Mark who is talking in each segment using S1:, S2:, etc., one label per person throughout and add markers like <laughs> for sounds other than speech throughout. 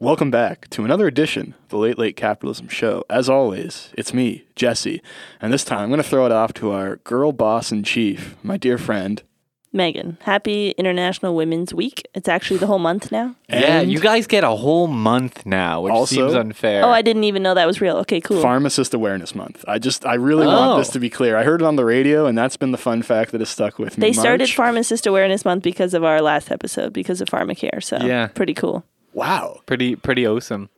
S1: Welcome back to another edition of the Late Late Capitalism Show. As always, it's me, Jesse, and this time I'm going to throw it off to our girl boss in chief, my dear friend.
S2: Megan, happy International Women's Week. It's actually the whole month now.
S3: yeah,
S1: and
S3: you guys get a whole month now, which
S1: Also-
S3: seems unfair.
S2: Oh, I didn't even know that was real. Okay, cool.
S1: Pharmacist Awareness Month. I just, I really
S3: Oh.
S1: want this to be clear. I heard it on the radio, and that's been the fun fact that has stuck with me.
S2: they started
S1: March-
S2: Pharmacist Awareness Month because of our last episode, because of PharmaCare. So,
S3: Yeah.
S2: pretty cool. <laughs>
S1: Wow.
S3: pretty pretty awesome.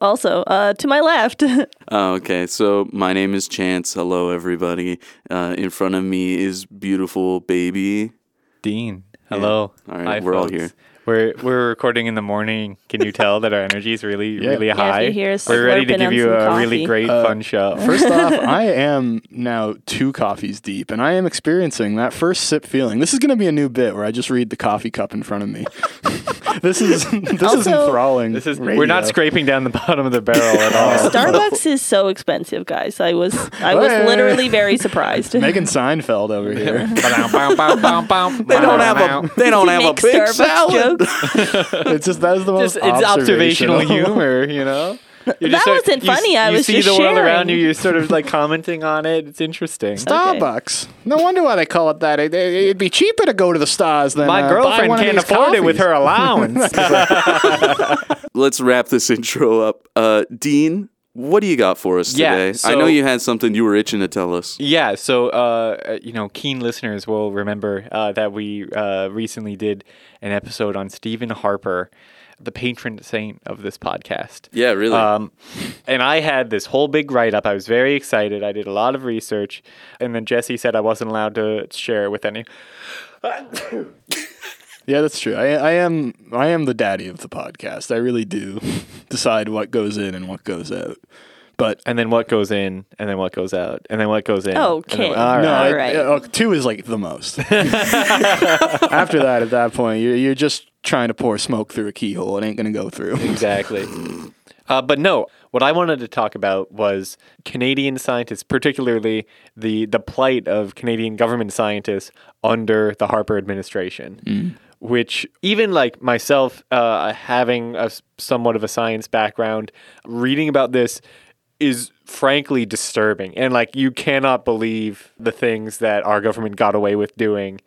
S2: Also, uh, to my left, <laughs>
S4: Oh, okay, so my name is Chance. Hello, everybody. Uh, in front of me is beautiful baby.
S3: Dean, hello.
S4: Yeah. All right, we're all here.
S3: We're we're recording in the morning. Can you tell that our energy is really
S1: Yeah.
S3: really
S1: Yeah,
S2: if you
S3: high?
S2: hear us
S3: we're ready
S2: slurping
S3: to give
S2: on
S3: you
S2: some
S3: a really
S2: coffee.
S3: great fun show.
S1: First off, I am now two coffees deep, and I am experiencing that first sip feeling. This is going to be a new bit where I just read the coffee cup in front of me. <laughs> this is <laughs> this is
S2: Also-
S1: enthralling.
S3: this is
S1: radio.
S3: we're not scraping down the bottom of the barrel at all.
S2: Starbucks is so expensive, guys. I was I was
S1: Hey.
S2: literally very surprised.
S1: <laughs> Megan Seinfeld over
S3: <laughs>
S1: here.
S3: they
S4: They don't have a. They
S2: <laughs>
S4: don't have a
S2: Make
S4: big
S2: Starbucks
S4: salad.
S2: jokes.
S1: it's just that is the most
S3: Just,
S1: <laughs>
S3: it's observational humor, you know. You're
S2: That
S3: sort-
S2: wasn't
S3: you s-
S2: funny, I
S3: you
S2: was
S3: see
S2: just
S3: the world around
S2: sharing.
S3: you. You're sort of like commenting on it. It's interesting.
S1: Starbucks. No wonder why they call it that. It, would be cheaper to go to the stars than
S3: My
S1: uh, buy
S3: girlfriend
S1: one of
S3: can't
S1: these
S3: afford it with
S1: coffees.
S3: her
S1: <laughs>
S3: allowance.
S4: Let's wrap this <laughs> intro up. Uh, Dean, what do you got for us
S3: Yeah,
S4: today? I
S3: so-
S4: know you had something you were itching to tell us.
S3: Yeah, so uh, you know, keen listeners will remember uh, that we uh, recently did an episode on Stephen Harper, the patron saint of this podcast.
S4: Yeah, really.
S3: Um, and I had this whole big write up. I was very excited. I did a lot of research, and then Jesse said I wasn't allowed to share it with any.
S1: Yeah, that's true. I, I am I am the daddy of the podcast. I really do <laughs> decide what goes in and what goes out. But
S3: And then what goes in, and then what goes out, and then what goes in. and then
S2: Okay.
S3: what-
S2: All
S1: no, I-
S2: right.
S1: uh, oh, two is like the
S3: <laughs>
S1: most. After that, at that point, you're, you're just trying to pour smoke through a keyhole. It ain't gonna go through.
S3: Exactly. Uh, but no, what I wanted to talk about was Canadian scientists, particularly the the plight of Canadian government scientists under the Harper administration, which even like myself, uh, having a s- somewhat of a science background, reading about this is frankly disturbing, and like you cannot believe the things that our government got away with doing.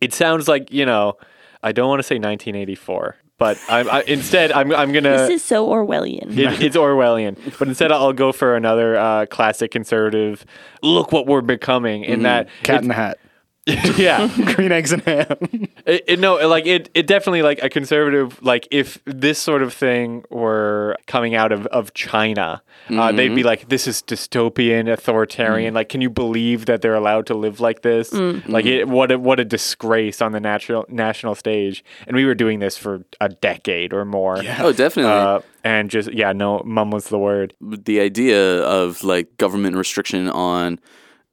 S3: It sounds like you know, I don't want to say 1984. But I'm, I, instead, I'm, I'm gonna.
S2: This is so Orwellian.
S3: It, it's Orwellian. But instead, I'll go for another uh, classic conservative. Look what we're becoming in that.
S1: Cat in the hat, <laughs>
S3: it- <laughs> yeah.
S1: green eggs and
S3: <laughs>
S1: ham.
S3: It, it- no, like it, it definitely like a conservative, like if this sort of thing were coming out of, of China, uh, they'd be like, this is dystopian, authoritarian. Like, can you believe that they're allowed to live like this? Like, it, what, a, what a disgrace on the natural, national stage. And we were doing this for a decade or more.
S4: oh, definitely.
S3: Uh, and just, yeah, no, mum was the word.
S4: the idea of like government restriction on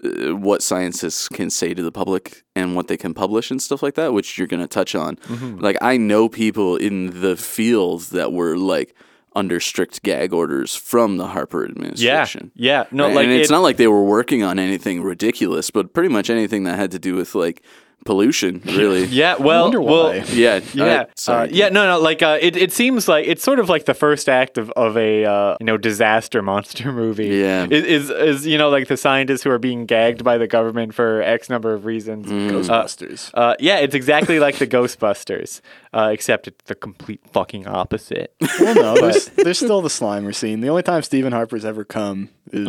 S4: uh, what scientists can say to the public and what they can publish and stuff like that, which you're going to touch on.
S3: Mm-hmm.
S4: Like, I know people in the field that were like under strict gag orders from the Harper
S3: Yeah,
S4: administration.
S3: yeah. No,
S4: Right?
S3: like
S4: and it's
S3: it-
S4: not like they were working on anything ridiculous, but pretty much anything that had to do with like
S3: <laughs>
S4: pollution, really.
S3: Yeah, well,
S1: wonder
S3: well,
S1: why.
S4: Yeah.
S3: yeah,
S4: I- sorry.
S3: uh, yeah. No, no. Like, uh, it, it seems like it's sort of like the first act of, of a uh, you know disaster monster <laughs> movie.
S4: Yeah.
S3: is, is is you know like the scientists who are being gagged by the government for X number of reasons.
S1: Mm. Ghostbusters.
S3: Uh, yeah, it's exactly like the Ghostbusters, uh, except it's the complete
S1: <laughs>
S3: fucking opposite.
S1: well, no, there's, there's still the Slimer scene. The only time Stephen Harper's ever come is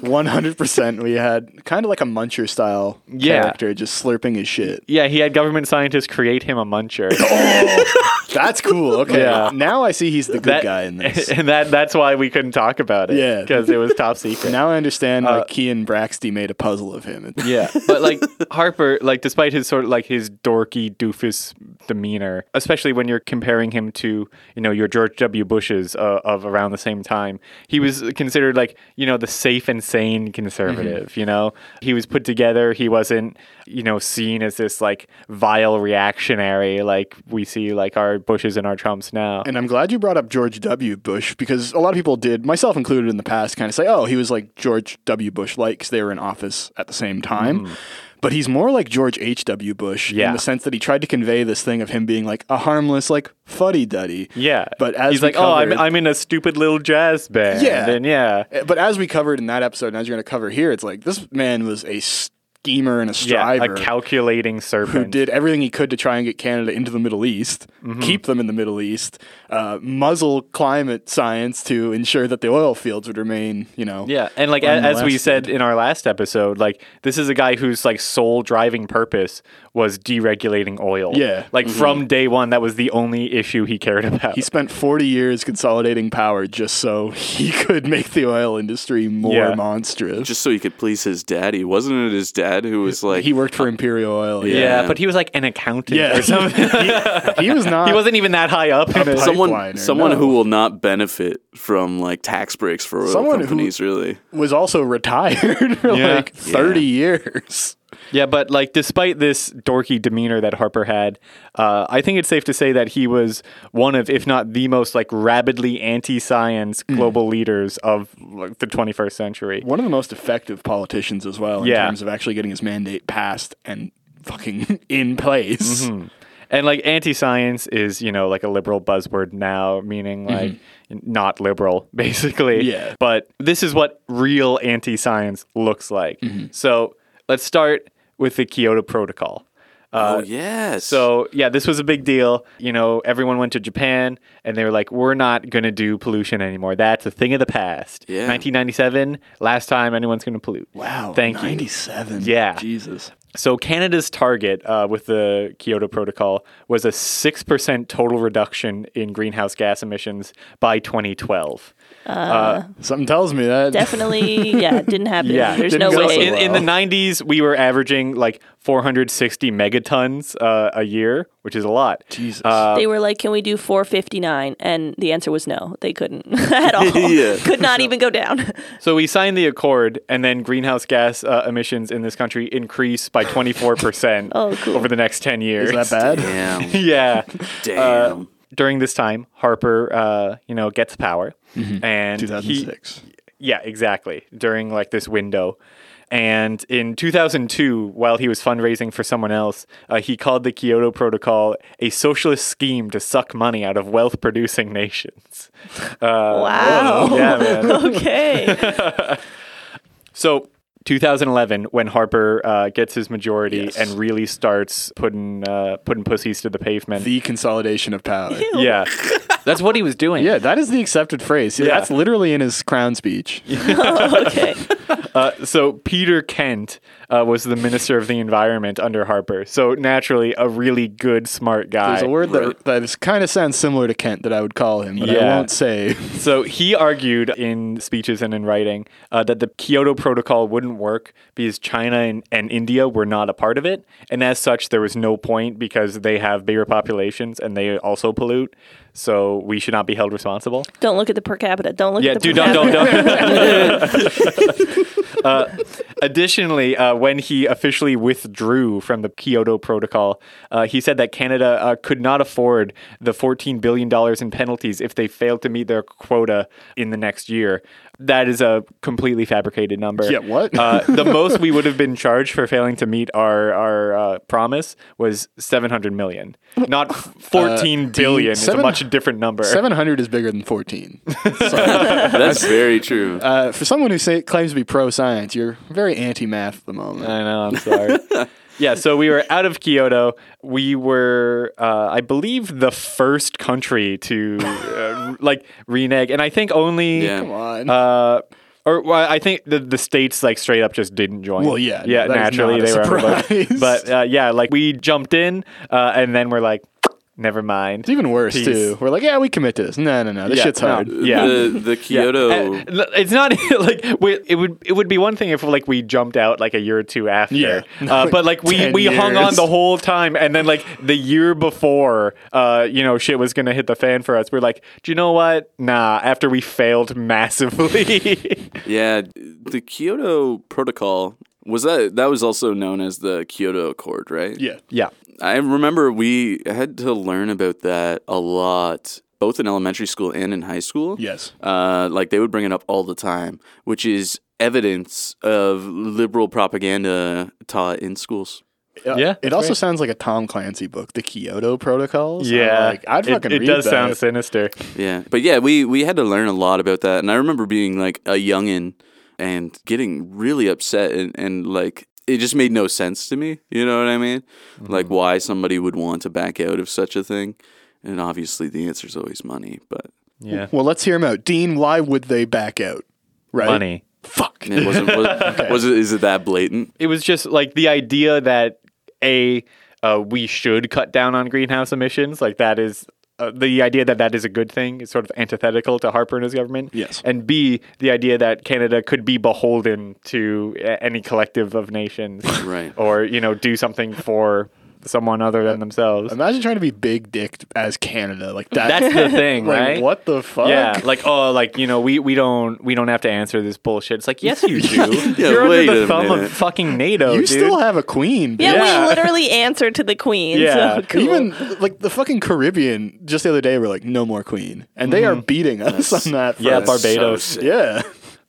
S1: 100%. We had kind of like a muncher style
S3: Yeah.
S1: character just slurping his shit.
S3: yeah, he had government scientists create him
S1: <laughs>
S3: a muncher.
S1: Oh, That's cool. Okay.
S3: Yeah.
S1: Now I see he's the good
S3: That-
S1: guy in this.
S3: <laughs> and that that's why we couldn't talk about it.
S1: Yeah.
S3: because it was
S1: <laughs>
S3: top secret.
S1: now I understand
S3: Uh,
S1: why Kean Braxty made a puzzle of him.
S3: Yeah, but like Harper, like despite his sort of like his dorky doofus demeanor, especially when you're comparing him to you know your George W. Bushes uh, of around the same time, he was considered like you know the safe and sane conservative.
S1: Mm-hmm.
S3: You know, he was put together. He wasn't you know seen as this like vile reactionary like we see like our Bushes and our Trumps now.
S1: And I'm glad you brought up George W. Bush because a lot of people did, myself included in the past, kind of say, oh, he was like George W. Bush like because they were in office at the same time. But he's more like George H.W. Bush
S3: Mm. Yeah.
S1: in the sense that he tried to convey this thing of him being like a harmless, like fuddy duddy.
S3: Yeah.
S1: But as
S3: he's
S1: we
S3: like, oh, I'm,
S1: covered-
S3: I'm in a stupid little jazz band.
S1: Yeah.
S3: And yeah.
S1: But as we covered in that episode, and as you're going to cover here, it's like this man was a schemer and a
S3: Yeah.
S1: striver.
S3: A calculating
S1: who
S3: serpent.
S1: did everything he could to try and get Canada into the Middle East,
S3: Mm-hmm.
S1: keep them in the Middle East, uh, muzzle climate science to ensure that the oil fields would remain, you know.
S3: Yeah, and like a, as we
S1: Unmolested.
S3: said in our last episode, like this is a guy whose like sole driving purpose was deregulating oil.
S1: Yeah.
S3: like from day one, that was the only issue he cared about.
S1: He spent 40 years consolidating power just so he <laughs> could make the oil industry more
S3: Yeah.
S1: monstrous.
S4: Just so he could please his daddy. Wasn't it his dad who was like,
S1: he worked for Imperial Oil.
S3: <laughs> yeah,
S1: Yeah.
S4: Yeah.
S3: but he was like an accountant
S1: Yeah. <laughs>
S3: or something.
S1: He,
S3: <laughs>
S1: was not.
S3: he wasn't even that high up. in it.
S1: pipe-
S4: someone
S1: pipeliner,
S4: someone
S1: no.
S4: who will not benefit from like tax breaks for oil
S1: Someone who-
S4: companies really.
S1: was also retired <laughs> for
S3: Yeah.
S1: like 30 years.
S3: yeah, but like despite this dorky demeanor that Harper had, uh, I think it's safe to say that he was one of, if not the most like rabidly anti-science global leaders of like, the 21st century.
S1: One of the most effective politicians as well in
S3: Yeah.
S1: terms of actually getting his mandate passed and fucking <laughs> in place.
S3: Mm-hmm. And like anti science is, you know, like a liberal buzzword now, meaning like not liberal, <laughs> basically.
S1: Mm-hmm. Yeah.
S3: But this is what real anti science looks like.
S1: Mm-hmm.
S3: So let's start with the Kyoto Protocol.
S1: Uh,
S4: oh yes.
S3: So yeah, this was a big deal. You know, everyone went to Japan and they were like, "We're not gonna do pollution anymore. That's a thing of the past."
S4: Yeah.
S3: 1997, last time anyone's gonna pollute.
S1: Wow.
S3: Thank you.
S1: 97.
S3: Yeah.
S1: Jesus.
S3: So Canada's target uh, with the Kyoto Protocol was a six percent total reduction in greenhouse gas emissions by 2012.
S1: Something tells me that.
S2: Definitely, yeah, didn't happen.
S3: <laughs> Yeah,
S2: There's
S1: didn't
S2: no
S1: go
S3: So
S1: so
S2: way.
S3: in, in the 90s, we were averaging like 460 megatons uh, a year, which is a lot.
S1: Jesus.
S2: they
S3: Uh,
S2: were like, "Can we do 459?" And the answer was no. They couldn't <laughs> at
S3: <laughs>
S2: all.
S4: Yeah.
S2: Could not even go down.
S3: So we signed the accord, and then greenhouse gas uh, emissions in this country increase by 24%
S2: <laughs> Oh, cool.
S3: over the next 10 years.
S1: Is that bad? <laughs>
S3: <laughs>
S4: damn.
S1: uh,
S3: yeah.
S4: damn.
S3: During this time, Harper, uh, you know, gets power,
S2: Mm-hmm.
S3: and he,
S1: 2006.
S3: Yeah, exactly. During like this window. And in 2002, while he was fundraising for someone else, uh, he called the Kyoto Protocol a socialist scheme to suck money out of wealth producing nations.
S2: <laughs> wow.
S3: <laughs> Yeah, man.
S2: <laughs> Okay.
S3: So, 2011, when Harper uh, gets his majority and really starts putting uh, putting pussies to the pavement.
S1: the consolidation of power.
S3: <laughs> yeah. <laughs> That's what he was doing.
S1: Yeah, that is the accepted phrase. Yeah,
S3: Yeah.
S1: That's literally in his crown speech.
S2: okay.
S3: Uh, so Peter Kent uh, was the minister of the environment under Harper. So naturally, a really good, smart guy.
S1: There's a word that, that is kind of sounds similar to Kent that I would call him, but
S3: Yeah.
S1: I won't say.
S3: So he argued in speeches and in writing uh, that the Kyoto Protocol wouldn't work because China and, and India were not a part of it. And as such, there was no point because they have bigger populations and they also pollute. So we should not be held responsible.
S2: Don't look at the per capita. Don't look
S3: Yeah,
S2: at the
S3: dude,
S2: per
S3: don't,
S2: capita.
S3: don't, don't.
S2: <laughs>
S3: Uh, additionally, uh, when he officially withdrew from the Kyoto Protocol, uh, he said that Canada uh, could not afford the $14 billion in penalties if they failed to meet their quota in the next year. That is a completely fabricated number.
S1: Yeah, what?
S3: uh,
S1: <laughs>
S3: the most we would have been charged for failing to meet our, our uh, promise was 700 million, not 14 billion. It's
S1: Uh, seven-
S3: a much different number.
S1: 700 is bigger than 14.
S3: <laughs>
S4: That's
S1: <laughs>
S4: very true.
S1: Uh, for someone who say, claims to be pro science, you're very anti math at the moment.
S3: I know.
S1: <laughs>
S3: I'm sorry. yeah. So we were out of Kyoto. We were, uh, I believe, the first country to uh, like renege, and I think only.
S4: Yeah.
S1: Come on.
S3: Uh, or well, I think the the states like straight up just didn't join.
S1: Well, yeah,
S3: yeah.
S1: no, that is
S3: naturally,
S1: not
S3: they
S1: a
S3: were on the boat.
S1: surprise.
S3: But uh, yeah, like we jumped in, uh, and then we're like, never mind.
S1: it's even worse,
S3: Peace.
S1: too. We're like, yeah, we commit to this. No, no, no. This
S3: Yeah,
S1: shit's
S3: no.
S1: hard. Uh,
S3: yeah.
S4: The, the Kyoto.
S1: <laughs>
S3: Uh, no, it's not <laughs> like we, it would it would be one thing if like we jumped out like a year or two after.
S1: Yeah. <laughs>
S3: Uh, but like we
S1: Ten
S3: we hung on
S1: years.
S3: the whole time, and then like the year before, uh, you know, shit was gonna hit the fan for us. We're like, do you know what? Nah. After we failed massively. <laughs>
S4: Yeah, the Kyoto Protocol was that that was also known as the Kyoto Accord, right?
S1: Yeah.
S3: yeah.
S4: I remember we had to learn about that a lot, both in elementary school and in high school.
S1: Yes.
S4: Uh, like they would bring it up all the time, which is evidence of liberal propaganda taught in schools.
S1: Uh,
S3: Yeah,
S1: It
S3: that's
S1: also
S3: right.
S1: sounds like a Tom Clancy book, The Kyoto Protocols. I'm
S3: Yeah,
S1: like, I'd
S3: it-
S1: fucking
S3: it,
S1: read
S3: does
S1: that.
S3: sound sinister.
S4: Yeah. But yeah, we, we had to learn a lot about that. And I remember being like a youngin' and getting really upset and, and like it just made no sense to me. You know what I mean? Like why somebody would want to back out of such a thing. And obviously the answer's always money, but
S3: Yeah,
S1: Well, let's hear him out. Dean, why would they back out? Right?
S3: money.
S1: Fuck.
S4: it wasn't was, was it is it that blatant?
S3: It was just like the idea that a uh, we should cut down on greenhouse emissions. Like that is uh, the idea that that is a good thing is sort of antithetical to Harper and his government.
S1: Yes.
S3: and B the idea that Canada could be beholden to a- any collective of nations,
S4: Right.
S3: Or you know do something for someone other than themselves.
S1: Imagine trying to be big dicked as Canada. Like that.
S3: That's the <laughs> thing,
S1: <laughs> like,
S3: right?
S1: What the fuck?
S3: Yeah, like oh, like you know, we we don't we don't have to answer this bullshit. It's like yes, <laughs> you do.
S4: Yeah,
S3: You're
S4: wait
S3: under
S4: a
S3: the thumb
S4: minute.
S3: of fucking NATO,
S1: you
S3: dude.
S1: still have a queen.
S2: Yeah,
S1: bitch.
S3: Yeah.
S2: we literally answer to the queen.
S3: Yeah.
S2: So <laughs> cool.
S1: Even like the fucking Caribbean just the other day were like, no more queen. And they are beating us on that.
S3: Mm-hmm. yeah,
S1: front.
S4: That's so
S3: Barbados.
S4: sick.
S1: Yeah.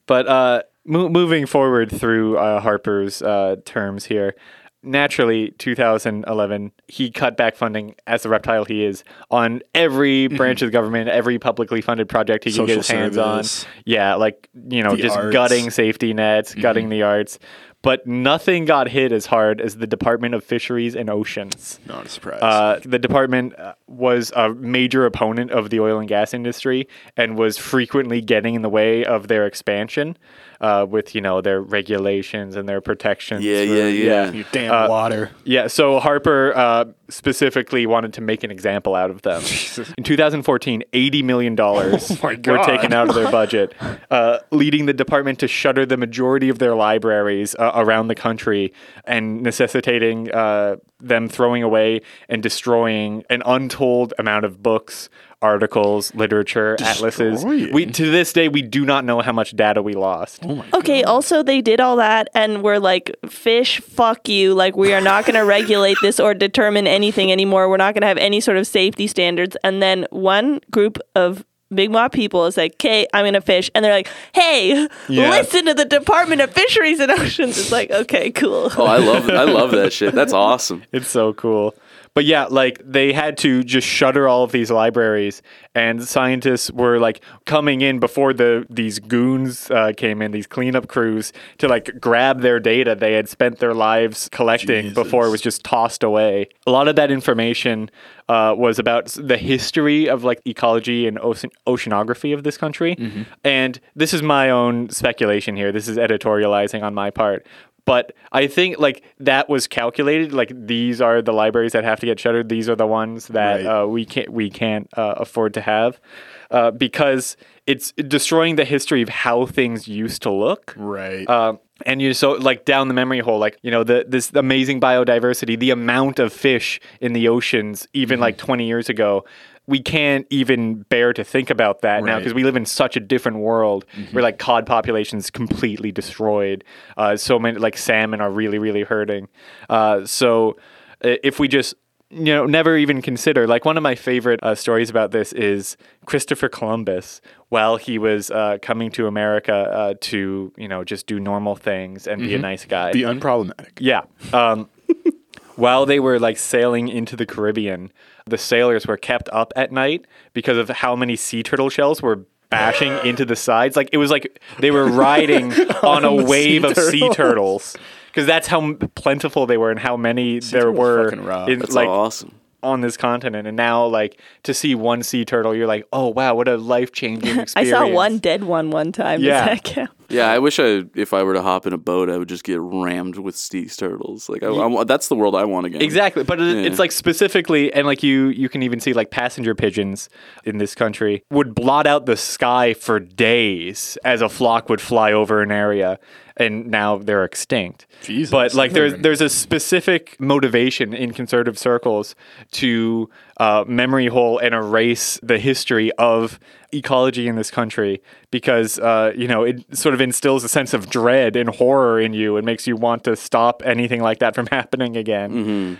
S3: but uh, mo- moving forward through uh, Harper's uh, terms here. Naturally, 2011, he cut back funding as the reptile he is on every branch of the government, every publicly funded project he could get
S1: Mm-hmm. Social
S3: his hands
S1: service.
S3: on. Yeah, like, you know,
S1: The
S3: just
S1: arts. Mm-hmm.
S3: gutting safety nets, gutting the arts. But nothing got hit as hard as the Department of Fisheries and Oceans.
S1: Not a surprise.
S3: Uh, the department uh, was a major opponent of the oil and gas industry and was frequently getting in the way of their expansion uh, with you know their regulations and their protections.
S4: Yeah,
S3: for-
S4: yeah, yeah.
S1: you damn
S3: Uh,
S1: water.
S3: yeah, so Harper uh, specifically wanted to make an example out of them. In 2014, $80 million
S1: Oh my
S3: were
S1: God.
S3: taken out
S1: <laughs>
S3: of their budget, uh, leading the department to shutter the majority of their libraries uh, around the country and necessitating uh, them throwing away and destroying an untold amount of books, articles, literature, atlases.
S1: Destroying?
S3: We, to this day, we do not know how much data we lost.
S2: Okay, also they did all that and were like, fish, fuck you. Like, we are not going to regulate this or determine anything anymore. We're not going to have any sort of safety standards. And then one group of Big Maw people is like, okay, I'm going to fish. And they're like, hey,
S3: Yeah.
S2: listen to the Department of Fisheries and Oceans. It's like, okay, cool.
S4: Oh, I love I love that shit. That's awesome.
S3: <laughs> It's so cool. But yeah, like they had to just shutter all of these libraries, and scientists were like coming in before the these goons uh, came in, these cleanup crews, to like grab their data they had spent their lives collecting before it was just tossed away. A lot of that information uh, was about s- the history of like ecology and ocean- oceanography of this country, and this is my own speculation here. This is editorializing on my part, but I think like that was calculated. Like these are the libraries that have to get shuttered. These are the ones that
S1: Right.
S3: uh, we can't we can't uh, afford to have uh, because it's destroying the history of how things used to look.
S1: Right.
S3: Um, and you so like down the memory hole, like you know the this amazing biodiversity, the amount of fish in the oceans, even
S1: Mm-hmm.
S3: like 20 years ago, we can't even bear to think about that now
S1: Right.
S3: because we live in such a different world where like cod populations completely destroyed. Uh, so many like salmon are really really hurting. Uh, so uh, if we just you know never even consider like one of my favorite uh, stories about this is christopher columbus while he was uh, coming to america uh, to you know just do normal things and be a nice guy
S1: Be unproblematic.
S3: yeah um, <laughs> while they were like sailing into the caribbean the sailors were kept up at night because of how many sea turtle shells were
S1: <gasps>
S3: bashing into the sides like it was like they were
S1: <laughs>
S3: riding on, a
S1: the sea
S3: wave of sea
S1: turtles.
S3: turtles because that's how m- plentiful they were and how many there
S1: turtles
S3: were
S1: fucking rock.
S3: in,
S4: That's
S3: like
S4: awesome.
S3: on this continent and now like to see one sea turtle you're like oh wow what a life-changing
S1: <laughs>
S3: experience
S2: I saw one dead one one time.
S3: Yeah.
S2: Yeah. Does that count?
S4: Yeah, I wish I if I were to hop in a boat, I would just get rammed with sea turtles. Like I, I wa- that's the world I want again.
S3: exactly but it,
S4: Yeah.
S3: it's like specifically and like you you can even see like passenger pigeons in this country would blot out the sky for days as a flock would fly over an area and now they're extinct
S1: Jesus.
S3: but like there's
S1: Mhm.
S3: there's a specific motivation in conservative circles to uh, memory hole and erase the history of ecology in this country because uh, you know it sort of instills a sense of dread and horror in you and makes you want to stop anything like that from <laughs> happening again,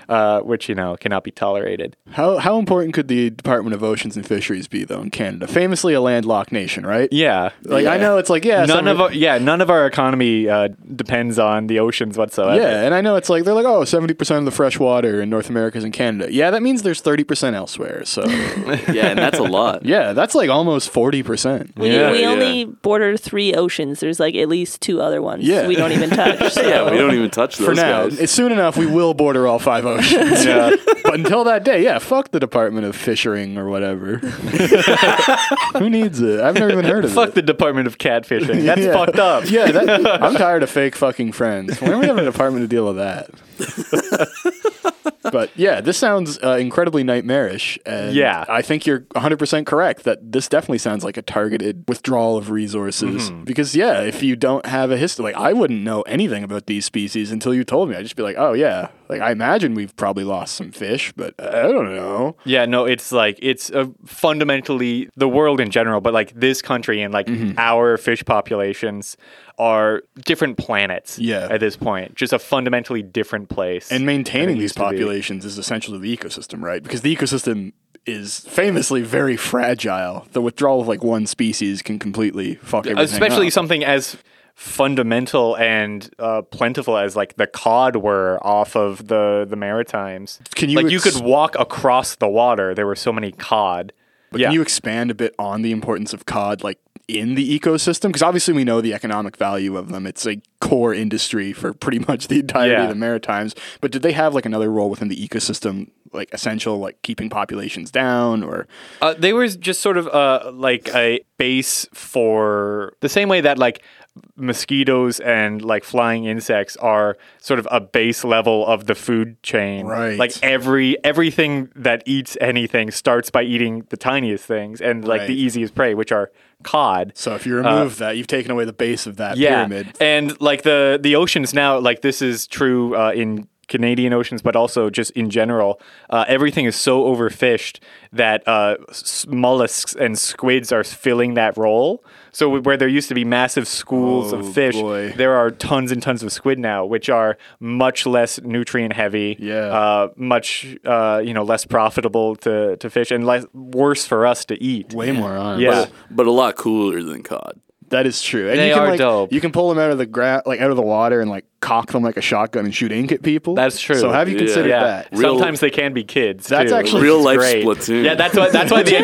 S3: uh, which you know cannot be tolerated.
S1: How how important could the Department of Oceans and Fisheries be though in Canada? Famously a landlocked nation, right?
S3: Yeah,
S1: Like I
S4: Yeah.
S1: know it's like yeah,
S3: none
S1: some-
S3: of our, yeah none of our economy uh, depends on the oceans whatsoever. <laughs>
S1: Yeah, and I know it's like they're like, oh, 70% of the fresh water in North America is in Canada. Yeah, that means there's 30% elsewhere.
S3: <laughs>
S1: So,
S4: yeah, and that's a
S1: <laughs>
S4: lot.
S1: yeah, that's like almost 40%.
S2: We,
S4: Yeah,
S2: we
S4: yeah.
S2: only border three oceans. There's like at least two other ones
S1: Yeah.
S2: we don't even touch. So.
S4: Yeah, we don't even touch those
S1: For now,
S4: guys.
S1: it's soon enough we will border all five
S3: <laughs>
S1: oceans. but until that day, yeah, fuck the Department of Fishing or
S3: <laughs>
S1: whatever. Who needs it? I've never even heard of
S3: Fuck
S1: it.
S3: the Department of Catfishing. <laughs> That's
S1: Yeah.
S3: fucked up.
S1: Yeah,
S3: <laughs>
S1: that, I'm tired of fake fucking friends. When are we having a department to deal with
S3: <laughs>
S1: that? but yeah, this sounds uh, incredibly nightmarish. And
S3: Yeah.
S1: I think you're 100% correct that this definitely sounds like a targeted withdrawal of resources.
S3: Mm-hmm.
S1: Because yeah, if you don't have a history, like I wouldn't know anything about these species until you told me. I'd just be like, oh yeah, like I imagine we've probably lost some fish, but uh, I don't know.
S3: Yeah, no, it's like it's uh, fundamentally the world in general, but like this country and like
S1: Mm-hmm.
S3: our fish populations are different planets.
S1: Yeah.
S3: at this point, just a fundamentally different place.
S1: And
S3: than
S1: maintaining
S3: it
S1: these
S3: used to be.
S1: populations is essential to the ecosystem, right? Because the ecosystem is famously very fragile. The withdrawal of like one species can completely fuck everything
S3: especially
S1: up.
S3: something as fundamental and uh, plentiful as like the cod were off of the the Maritimes.
S1: Can you
S3: like you
S1: ex-
S3: could walk across the water? There were so many cod.
S1: But
S3: yeah.
S1: can you expand a bit on the importance of cod, like in the ecosystem? Because obviously we know the economic value of them. It's a core industry for pretty much the entirety
S3: Yeah.
S1: of the Maritimes. But did they have like another role within the ecosystem, like essential, like keeping populations down, or
S3: Uh, they were just sort of uh, like a base for the same way that like mosquitoes and like flying insects are sort of a base level of the food chain.
S1: Right.
S3: Like every everything that eats anything starts by eating the tiniest things and like
S1: Right.
S3: the easiest prey, which are cod.
S1: so? If you remove that, you've taken away the base of that
S3: Uh, yeah.
S1: pyramid.
S3: And like the the oceans now, like this is true uh, in Canadian oceans, but also just in general, uh, everything is so overfished that uh, s- mollusks and squids are filling that role. So where there used to be massive schools
S1: Oh,
S3: of fish,
S1: boy.
S3: there are tons and tons of squid now, which are much less nutrient heavy,
S1: Yeah.
S3: uh, much uh, you know less profitable to, to fish and less worse for us to eat.
S1: Way more on.
S3: Yeah.
S4: but a lot cooler than cod.
S1: That is true. And
S3: They
S1: you can,
S3: are
S1: like,
S3: dope.
S1: You can pull them out of the gra- like out of the water and like cock them like a shotgun and shoot ink at people.
S3: That's true.
S1: So have you
S4: Yeah.
S1: considered
S3: Yeah,
S1: that?
S4: Real-
S3: sometimes they can be kids.
S1: That's
S3: too,
S1: actually
S3: which
S4: Real
S3: is
S4: life
S3: great.
S4: Splatoon.
S3: Yeah, that's why that's
S1: <laughs>
S3: why the
S2: Yeah,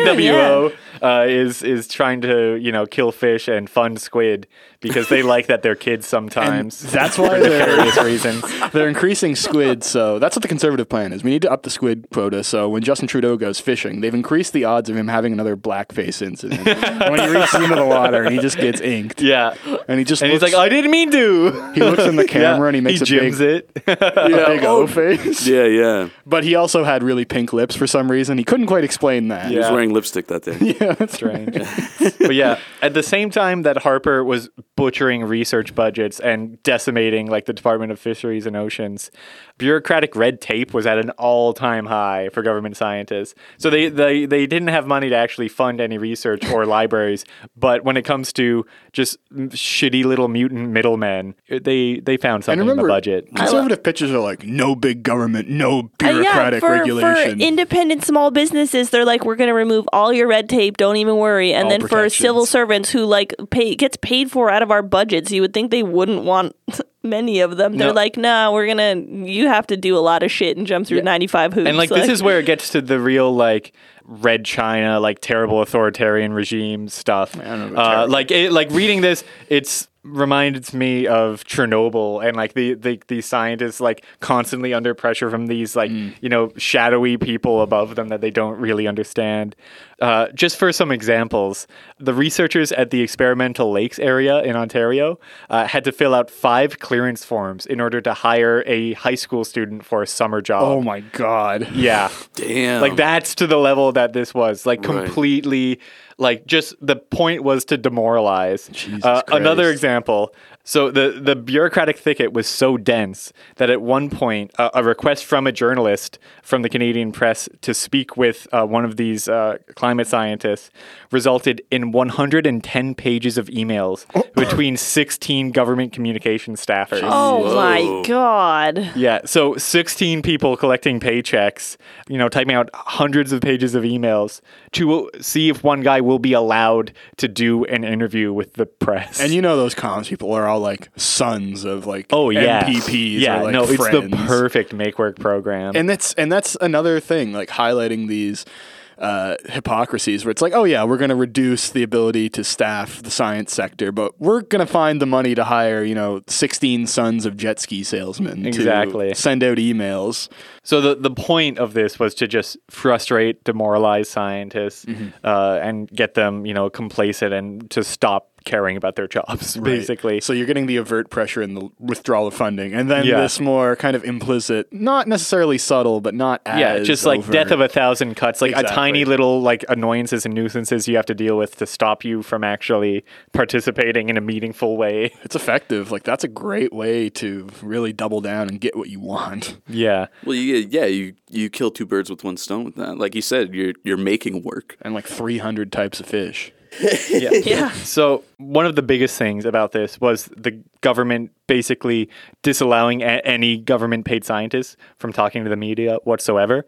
S3: NWO uh, is is trying to you know kill fish and fund squid because they like that they're kids
S1: And
S3: sometimes.
S1: that's why
S3: for
S1: they're,
S3: various
S1: <laughs>
S3: reasons.
S1: they're increasing squid. So that's what the conservative plan is. We need to up the squid quota. So when Justin Trudeau goes fishing, they've increased the odds of him having another blackface
S3: <laughs>
S1: incident. And when he reaches into the water and he just gets inked,
S3: Yeah,
S1: and he just
S3: and he's
S1: looks,
S3: like, I didn't mean to.
S1: he looks
S3: <laughs>
S1: in the camera and he makes
S3: he
S1: a big,
S3: gyms it. Oh.
S1: a big O face.
S4: Yeah, yeah.
S1: But he also had really pink lips for some reason. He couldn't quite explain that.
S4: He was
S3: Yeah.
S4: wearing lipstick that day.
S1: <laughs>
S3: strange. but yeah, at the same time that Harper was butchering research budgets and decimating like the Department of Fisheries and Oceans, bureaucratic red tape was at an all-time high for government scientists. So they they they didn't have money to actually fund any research
S1: <laughs>
S3: or libraries, but when it comes to just shitty little mutant middlemen, they they found something
S1: And remember,
S3: in the budget.
S1: conservative pitches are like no big government, no
S2: Uh, yeah,
S1: bureaucratic
S2: for,
S1: regulation.
S2: for independent small businesses, they're like, we're going to remove all your red tape. Don't even worry. And
S1: All
S2: then for civil
S1: protections.
S2: servants who like pay gets paid for out of our budgets, you would think they wouldn't want <laughs> many of them. They're
S3: No.
S2: like, nah, we're gonna. You have to do a lot of shit and jump through ninety five hoops.
S3: And like, this is where it gets to the real like red China, like terrible authoritarian regime stuff.
S1: don't know about
S3: Uh,
S1: terrible.
S3: like it, like reading this, it's reminds me of Chernobyl and like the the these scientists like constantly under pressure from these like
S1: Mm.
S3: you know shadowy people above them that they don't really understand. Uh, just for some examples, the researchers at the experimental lakes area in Ontario uh, had to fill out five clearance forms in order to hire a high school student for a summer job.
S1: oh my god.
S3: Yeah.
S4: Damn.
S3: Like that's to the level that this was. Like
S4: Um, Right.
S3: completely Like, just the point was to demoralize. Uh, another
S1: Christ.
S3: example. So the the bureaucratic thicket was so dense that at one point uh, a request from a journalist from the Canadian press to speak with uh, one of these uh, climate scientists resulted in 110 pages of emails between 16 government communication
S2: <laughs>
S3: staffers.
S2: Oh
S4: Whoa.
S2: my god.
S3: Yeah, so 16 people collecting paychecks, you know, typing out hundreds of pages of emails to see if one guy will be allowed to do an interview with the press.
S1: And you know those comms people are all like sons of like
S3: oh <laughs> yeah,
S1: MPPs
S3: yeah,
S1: or like
S3: no,
S1: friends.
S3: it's the perfect make work program.
S1: and that's and that's another thing like highlighting these uh, hypocrisies where it's like oh yeah we're going to reduce the ability to staff the science sector but we're going to find the money to hire you know 16 sons of jet ski salesmen to
S3: Exactly.
S1: send out emails
S3: so the the point of this was to just frustrate, demoralize scientists,
S1: Mm-hmm.
S3: uh, and get them, you know, complacent and to stop caring about their jobs, basically.
S1: so you're getting the overt pressure and the withdrawal of funding and then
S3: Yeah.
S1: this more kind of implicit not necessarily subtle but not as
S3: Yeah, just like death of a thousand cuts, like a
S1: Exactly.
S3: tiny little like annoyances and nuisances you have to deal with to stop you from actually participating in a meaningful way.
S1: it's effective like that's a great way to really double down and get what you want <laughs>
S3: Yeah.
S4: Well, you, yeah, you you kill two birds with one stone with that. Like you said, you're you're making work.
S1: and like 300 types of fish
S2: Yeah.
S3: So one of the biggest things about this was the government basically disallowing a- any government-paid scientists from talking to the media whatsoever.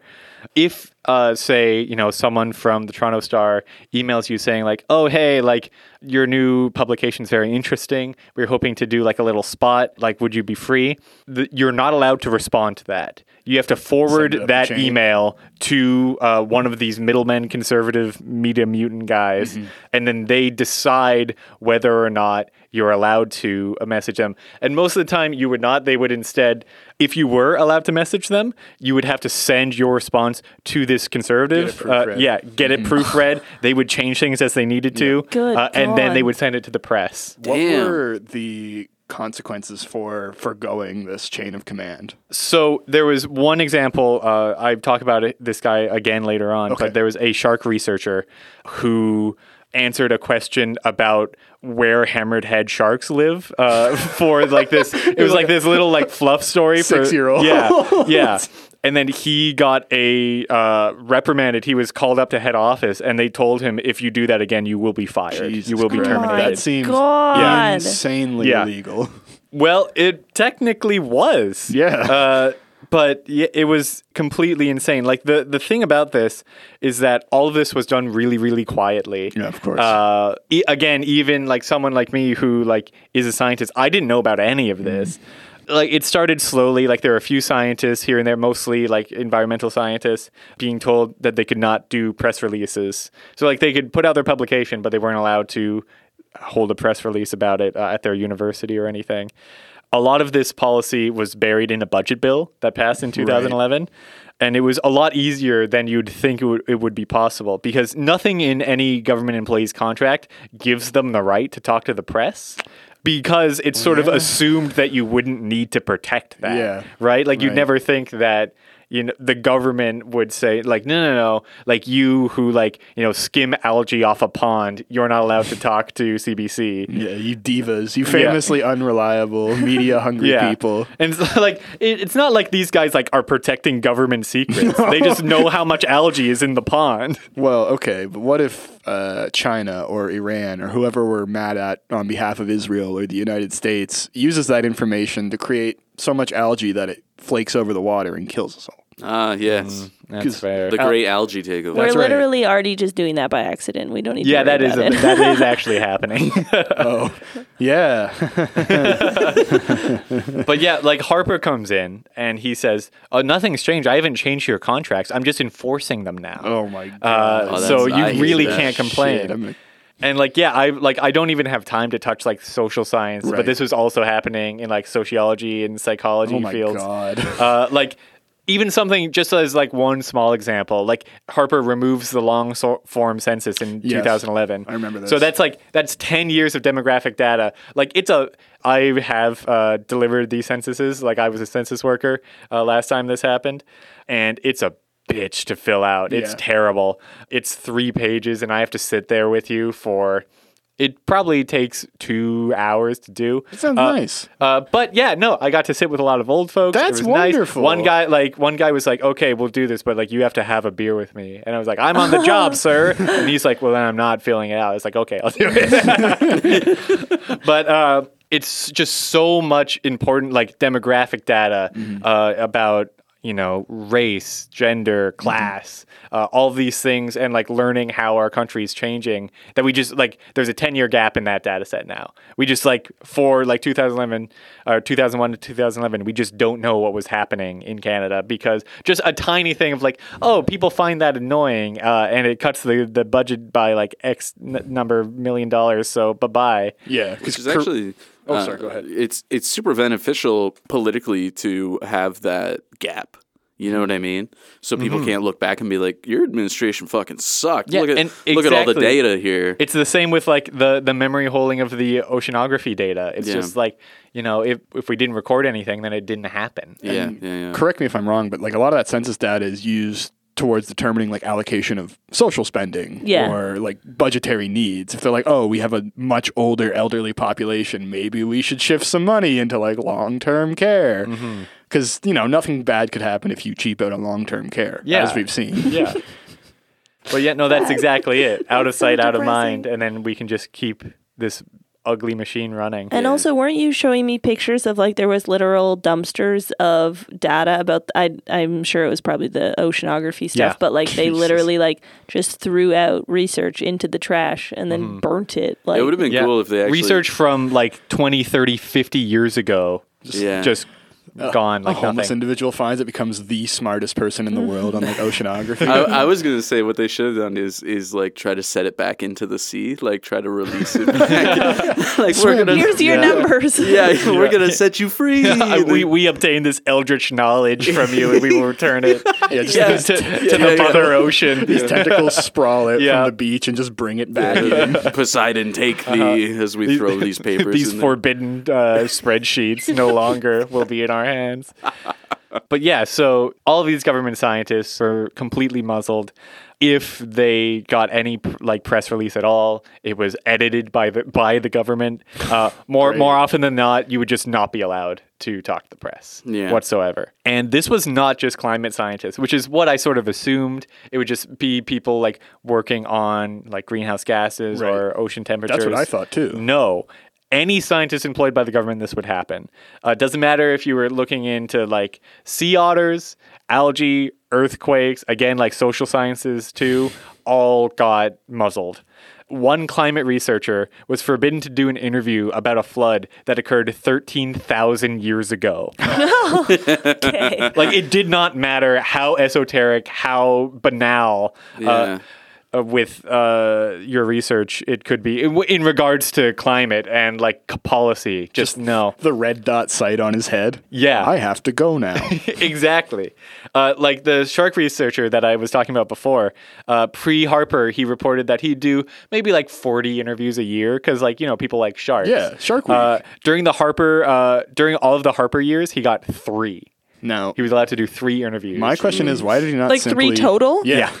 S3: If, uh, say, you know, someone from the Toronto Star emails you saying like, "Oh, hey, like your new publication's very interesting. We're hoping to do like a little spot. Like, would you be free?" Th you're not allowed to respond to that. You have to forward
S1: up the
S3: that
S1: chain.
S3: email email to uh, one of these middlemen conservative media mutant guys, and then they decide whether or not you're allowed to uh, message them. And most of the time, you would not. They would instead, if you were allowed to message them, you would have to send your response to this conservative. uh,
S1: proofread.
S3: yeah, get it proofread. they would change things as they needed to,
S2: Good
S3: uh, and then they
S2: God.
S3: would send it to the press.
S1: What
S4: Damn.
S1: were the consequences for forgoing this chain of command?
S3: So there was one example. Uh, I talk about it, this guy again later on,
S1: Okay.
S3: but there was a shark researcher who answered a question about where hammered-head sharks live uh, <laughs> for
S1: <laughs>
S3: like this. It was like this little like fluff story for
S1: Six-year-old. <laughs>
S3: Yeah, yeah. And then he got a uh, reprimanded. He was called up to head office, and they told him, "If you do that again, you will be fired. you will be
S2: Christ.
S3: terminated."
S1: That seems
S2: God.
S1: insanely
S3: Yeah.
S1: illegal. <laughs>
S3: Well, it technically was.
S1: Yeah.
S3: Uh, but y- it was completely insane. Like the the thing about this is that all of this was done really, really quietly.
S1: Yeah, of course.
S3: Uh, e- again, even like someone like me who like is a scientist, I didn't know about any of this.
S1: Mm-hmm.
S3: Like it started slowly. Like there were a few scientists here and there, mostly like environmental scientists, being told that they could not do press releases. So like they could put out their publication, but they weren't allowed to hold a press release about it uh, at their university or anything. A lot of this policy was buried in a budget bill that passed
S1: <laughs>
S3: in 2011, and it was a lot easier than you'd think it would, it would be possible because nothing in any government employee's contract gives them the right to talk to the press because it's sort of assumed that you wouldn't need to protect that
S1: Yeah.
S3: right? Like you'd
S1: Right.
S3: never think that you know the government would say like no no no like you who like you know skim algae off a pond you're not allowed to talk to CBC.
S1: yeah, you divas, you famously unreliable, media hungry
S3: <laughs> Yeah,
S1: people.
S3: and it's <laughs> like it, it's not like these guys like are protecting government secrets. They just know how much algae is in the pond.
S1: Well, okay, but what if uh, China or Iran or whoever we're mad at on behalf of Israel or the United States uses that information to create so much algae that it flakes over the water and kills us all?
S4: Ah, yes,
S3: That's fair.
S4: the great algae takeover.
S2: We're
S1: right.
S2: literally already just doing that by accident. We don't need to
S3: <laughs> yeah,
S2: worry
S3: that is
S2: about
S3: <laughs>
S2: it. <laughs>
S3: that is actually <laughs> happening. Oh.
S1: <laughs> Yeah.
S3: but yeah, like Harper comes in and he says, "Oh, nothing's changed. I haven't changed your contracts. I'm just enforcing them now."
S1: oh my
S3: Uh,
S1: god.
S4: Oh,
S3: so
S4: that's-
S3: you
S4: I hate
S3: really
S4: that
S3: can't complain.
S1: Shit, I'm-
S3: and like yeah i like i don't even have time to touch like social science but
S1: Right.
S3: this was also happening in like sociology and psychology
S1: oh my
S3: fields
S1: god.
S3: <laughs> uh, like even something just as like one small example like harper removes the long so- form census in
S1: Yes.
S3: 2011
S1: I remember
S3: so
S1: this.
S3: that's like that's 10 years of demographic data like it's a i have uh, delivered these censuses like i was a census worker uh, last time this happened and it's a bitch to fill out. It's
S1: Yeah.
S3: terrible. It's three pages, and I have to sit there with you for. It probably takes two hours to do.
S1: That sounds
S3: Uh,
S1: nice.
S3: Uh, but yeah, no, I got to sit with a lot of old folks. It
S1: That's
S3: was nice.
S1: wonderful.
S3: One guy, like one guy, was like, "Okay, we'll do this, but like you have to have a beer with me." And I was like, "I'm on the
S1: <laughs>
S3: job, sir." And he's like, "Well, then I'm not filling it out." I was like, "Okay, I'll do it." <laughs> but uh, it's just so much important, like demographic data uh, about you know race, gender, class, uh, all these things, and like learning how our country is changing. That we just like there's a 10 year gap in that data set now. We just like for like 2011 or 2001 to 2011, we just don't know what was happening in Canada because just a tiny thing of like oh people find that annoying uh, and it cuts the the budget by like X n- number of million dollars. So bye bye.
S1: Yeah,
S4: which
S1: because
S4: is actually uh,
S1: Oh, sorry, go ahead.
S4: It's it's super beneficial politically to have that gap. You know what I mean? So people can't look back and be like, "Your administration fucking sucked."
S3: Yeah,
S4: look at
S3: and
S4: look at all the
S3: exactly.
S4: data here.
S3: It's the same with like the the memory holding of the oceanography data. It's
S4: Yeah.
S3: just like you know if if we didn't record anything, then it didn't happen.
S4: yeah, yeah, yeah.
S1: correct me if I'm wrong, but like a lot of that census data is used towards determining like allocation of social spending
S2: Yeah.
S1: or like budgetary needs. If they're like, oh, we have a much older elderly population, maybe we should shift some money into like long term care. Because, you know, nothing bad could happen if you cheap out on long term care,
S3: Yeah.
S1: as we've seen.
S3: Yeah. but yeah, no, that's
S2: <laughs>
S3: exactly it. Out of sight, out of
S2: depressing.
S3: mind, and then we can just keep this ugly machine running.
S2: And also, weren't you showing me pictures of like there was literal dumpsters of data about? I I'm sure it was probably the oceanography stuff,
S3: Yeah.
S2: but like they
S1: Jesus.
S2: literally like just threw out research into the trash and then burnt it. Like
S4: It would have been
S3: Yeah.
S4: cool if they actually
S3: research from like 20, 30, 50 years ago just,
S4: Yeah.
S3: just gone
S1: A <laughs>
S3: like
S1: homeless
S3: nothing.
S1: individual finds it becomes the smartest person in the world on like oceanography.
S4: I, I was gonna say what they should have done is is like try to set it back into the sea, like try to release it. Back. <laughs> like we're
S1: Swim.
S4: gonna,
S2: <laughs> here's your
S1: Yeah.
S2: numbers.
S4: yeah, we're gonna set you free.
S3: we,
S4: <laughs>
S3: we obtained this eldritch knowledge from you and we will return
S4: <laughs>
S3: it
S1: yeah, just
S4: Yeah.
S1: these,
S3: to, to
S4: yeah,
S3: the
S4: yeah.
S3: mother ocean.
S1: these tentacles sprawl out
S3: Yeah.
S1: from the beach and just bring it back in.
S4: Poseidon, take thee as we throw these papers.
S3: these
S4: in there.
S3: forbidden uh, spreadsheets
S4: <laughs>
S3: no longer will be in our hands. But yeah, so all of these government scientists were completely muzzled. If they got any like press release at all, it was edited by the by the government.
S4: <laughs>
S3: Uh, more more often than not, you would just not be allowed to talk to the press
S4: Yeah.
S3: whatsoever. And this was not just climate scientists, which is what I sort of assumed. It would just be people like working on like greenhouse gases
S1: Right.
S3: or ocean temperatures.
S1: That's what I thought, too.
S3: No. Any scientist employed by the government, this would happen. Uh, it doesn't matter if you were looking into like sea otters, algae, earthquakes, again, like social sciences too, all got muzzled. One climate researcher was forbidden to do an interview about a flood that occurred 13,000
S1: <laughs>
S3: years ago. <laughs>
S2: Okay.
S3: like, it did not matter how esoteric, how banal.
S4: Yeah.
S3: Uh, uh, with uh, your research, it could be in, in regards to climate and like c- policy. Just, <laughs> no,
S1: the red dot sight on his head.
S3: Yeah.
S1: I have to go
S3: <laughs>
S1: now.
S3: exactly. Uh, like the shark researcher that I was talking about before, uh, pre Harper, he reported that he'd do maybe like forty interviews a year because like you know people like sharks.
S1: Yeah, Shark Week.
S3: Uh, during the Harper, uh, during all of the Harper years, he got three.
S1: now,
S3: He was allowed to do three interviews.
S1: my question is why did he not
S2: Like
S1: simply,
S2: three total?
S1: Yeah.
S3: Yeah.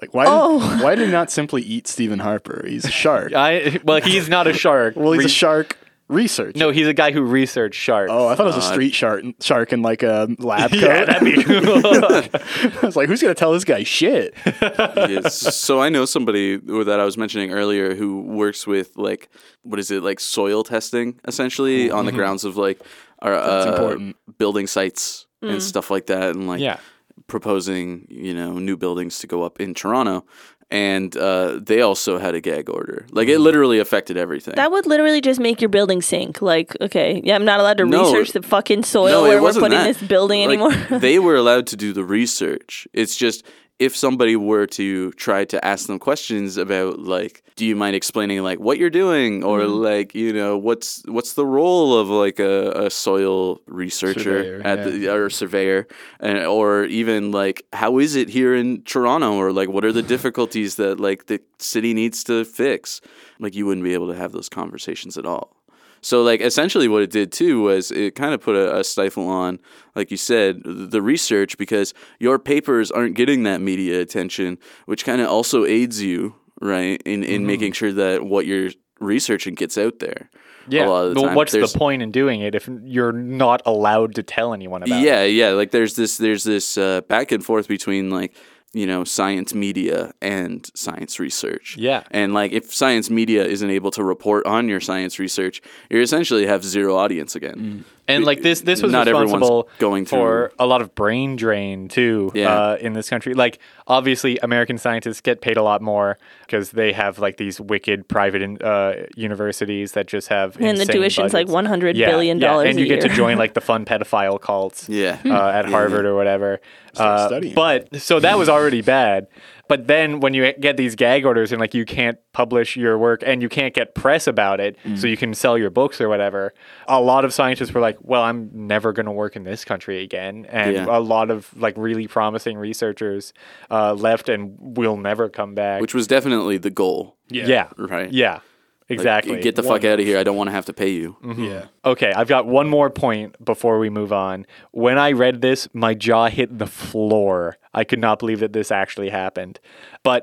S1: Like why
S2: Oh.
S1: did, why did he not simply eat Stephen Harper? He's a
S3: <laughs>
S1: shark.
S3: I well, he's not a <laughs> shark.
S1: well, he's
S3: Re-
S1: a shark researcher.
S3: No, he's a guy who researched sharks.
S1: Oh, I thought it was a street shark shark in like a lab coat. <laughs>
S3: <laughs> yeah, that'd <laughs> be
S1: I was like, who's gonna tell this guy shit?
S4: Yes. So I know somebody that I was mentioning earlier who works with like what is it like soil testing essentially on the grounds of like our uh,
S1: important.
S4: building sites and stuff like that and like
S3: Yeah.
S4: proposing you know new buildings to go up in Toronto and uh, they also had a gag order like it literally affected everything.
S2: That would literally just make your building sink. Like, okay, yeah, I'm not allowed to
S4: No.
S2: research the fucking soil where we're putting this building
S4: Like,
S2: anymore. <laughs>
S4: they were allowed to do the research. It's just if somebody were to try to ask them questions about like, do you mind explaining like what you're doing or
S2: Mm-hmm.
S4: like you know what's what's the role of like a, a soil researcher
S1: Surveyor,
S4: at the or surveyor and or even like how is it here in Toronto or like what are
S2: <laughs>
S4: the difficulties that like the city needs to fix? Like you wouldn't be able to have those conversations at all. So like essentially what it did too was it kind of put a, a stifle on, like you said, the research because your papers aren't getting that media attention, which kind of also aids you right in in
S3: Mm-hmm.
S4: making sure that what you're researching gets out there. a lot of the
S3: Well,
S4: time.
S3: what's
S4: There's-
S3: the point in doing it if you're not allowed to tell anyone about it?
S4: yeah, yeah. Like there's this there's this uh, back and forth between like you know science media and science research.
S3: Yeah.
S4: And like if science media isn't able to report on your science research, you essentially have zero audience again.
S3: And
S4: Be-
S3: like this, this was
S4: not everyone's
S3: responsible
S4: going
S3: for
S4: through-
S3: a lot of brain drain too
S4: Yeah.
S3: uh, in this country. Like obviously, American scientists get paid a lot more because they have like these wicked private in, uh, universities that just have
S2: And the
S3: insane
S2: tuition's like
S3: budgets.
S2: one hundred
S3: Yeah,
S2: billion
S3: yeah,
S2: dollars.
S3: and
S2: a
S3: you get to
S2: year.
S3: join
S2: <laughs>
S3: like the fun pedophile cults.
S4: Yeah.
S3: uh, at Harvard or whatever.
S1: Start
S3: Uh,
S1: studying.
S3: But so that was already bad. But then when you get these gag orders and like you can't publish your work and you can't get press about it, so
S4: Mm.
S3: you can sell your books or whatever. A lot of scientists were like, "Well, I'm never going to work in this country again," and
S4: Yeah.
S3: a lot of like really promising researchers uh, left and will never come back.
S4: Which was definitely the goal.
S1: Yeah.
S3: <laughs> yeah,
S4: Right.
S3: yeah,
S4: Like,
S3: exactly.
S4: get the fuck out of here. I don't want to have to pay you.
S3: Mm-hmm.
S1: Yeah.
S3: Okay, I've got one more point before we move on. When I read this, my jaw hit the floor. I could not believe that this actually happened. But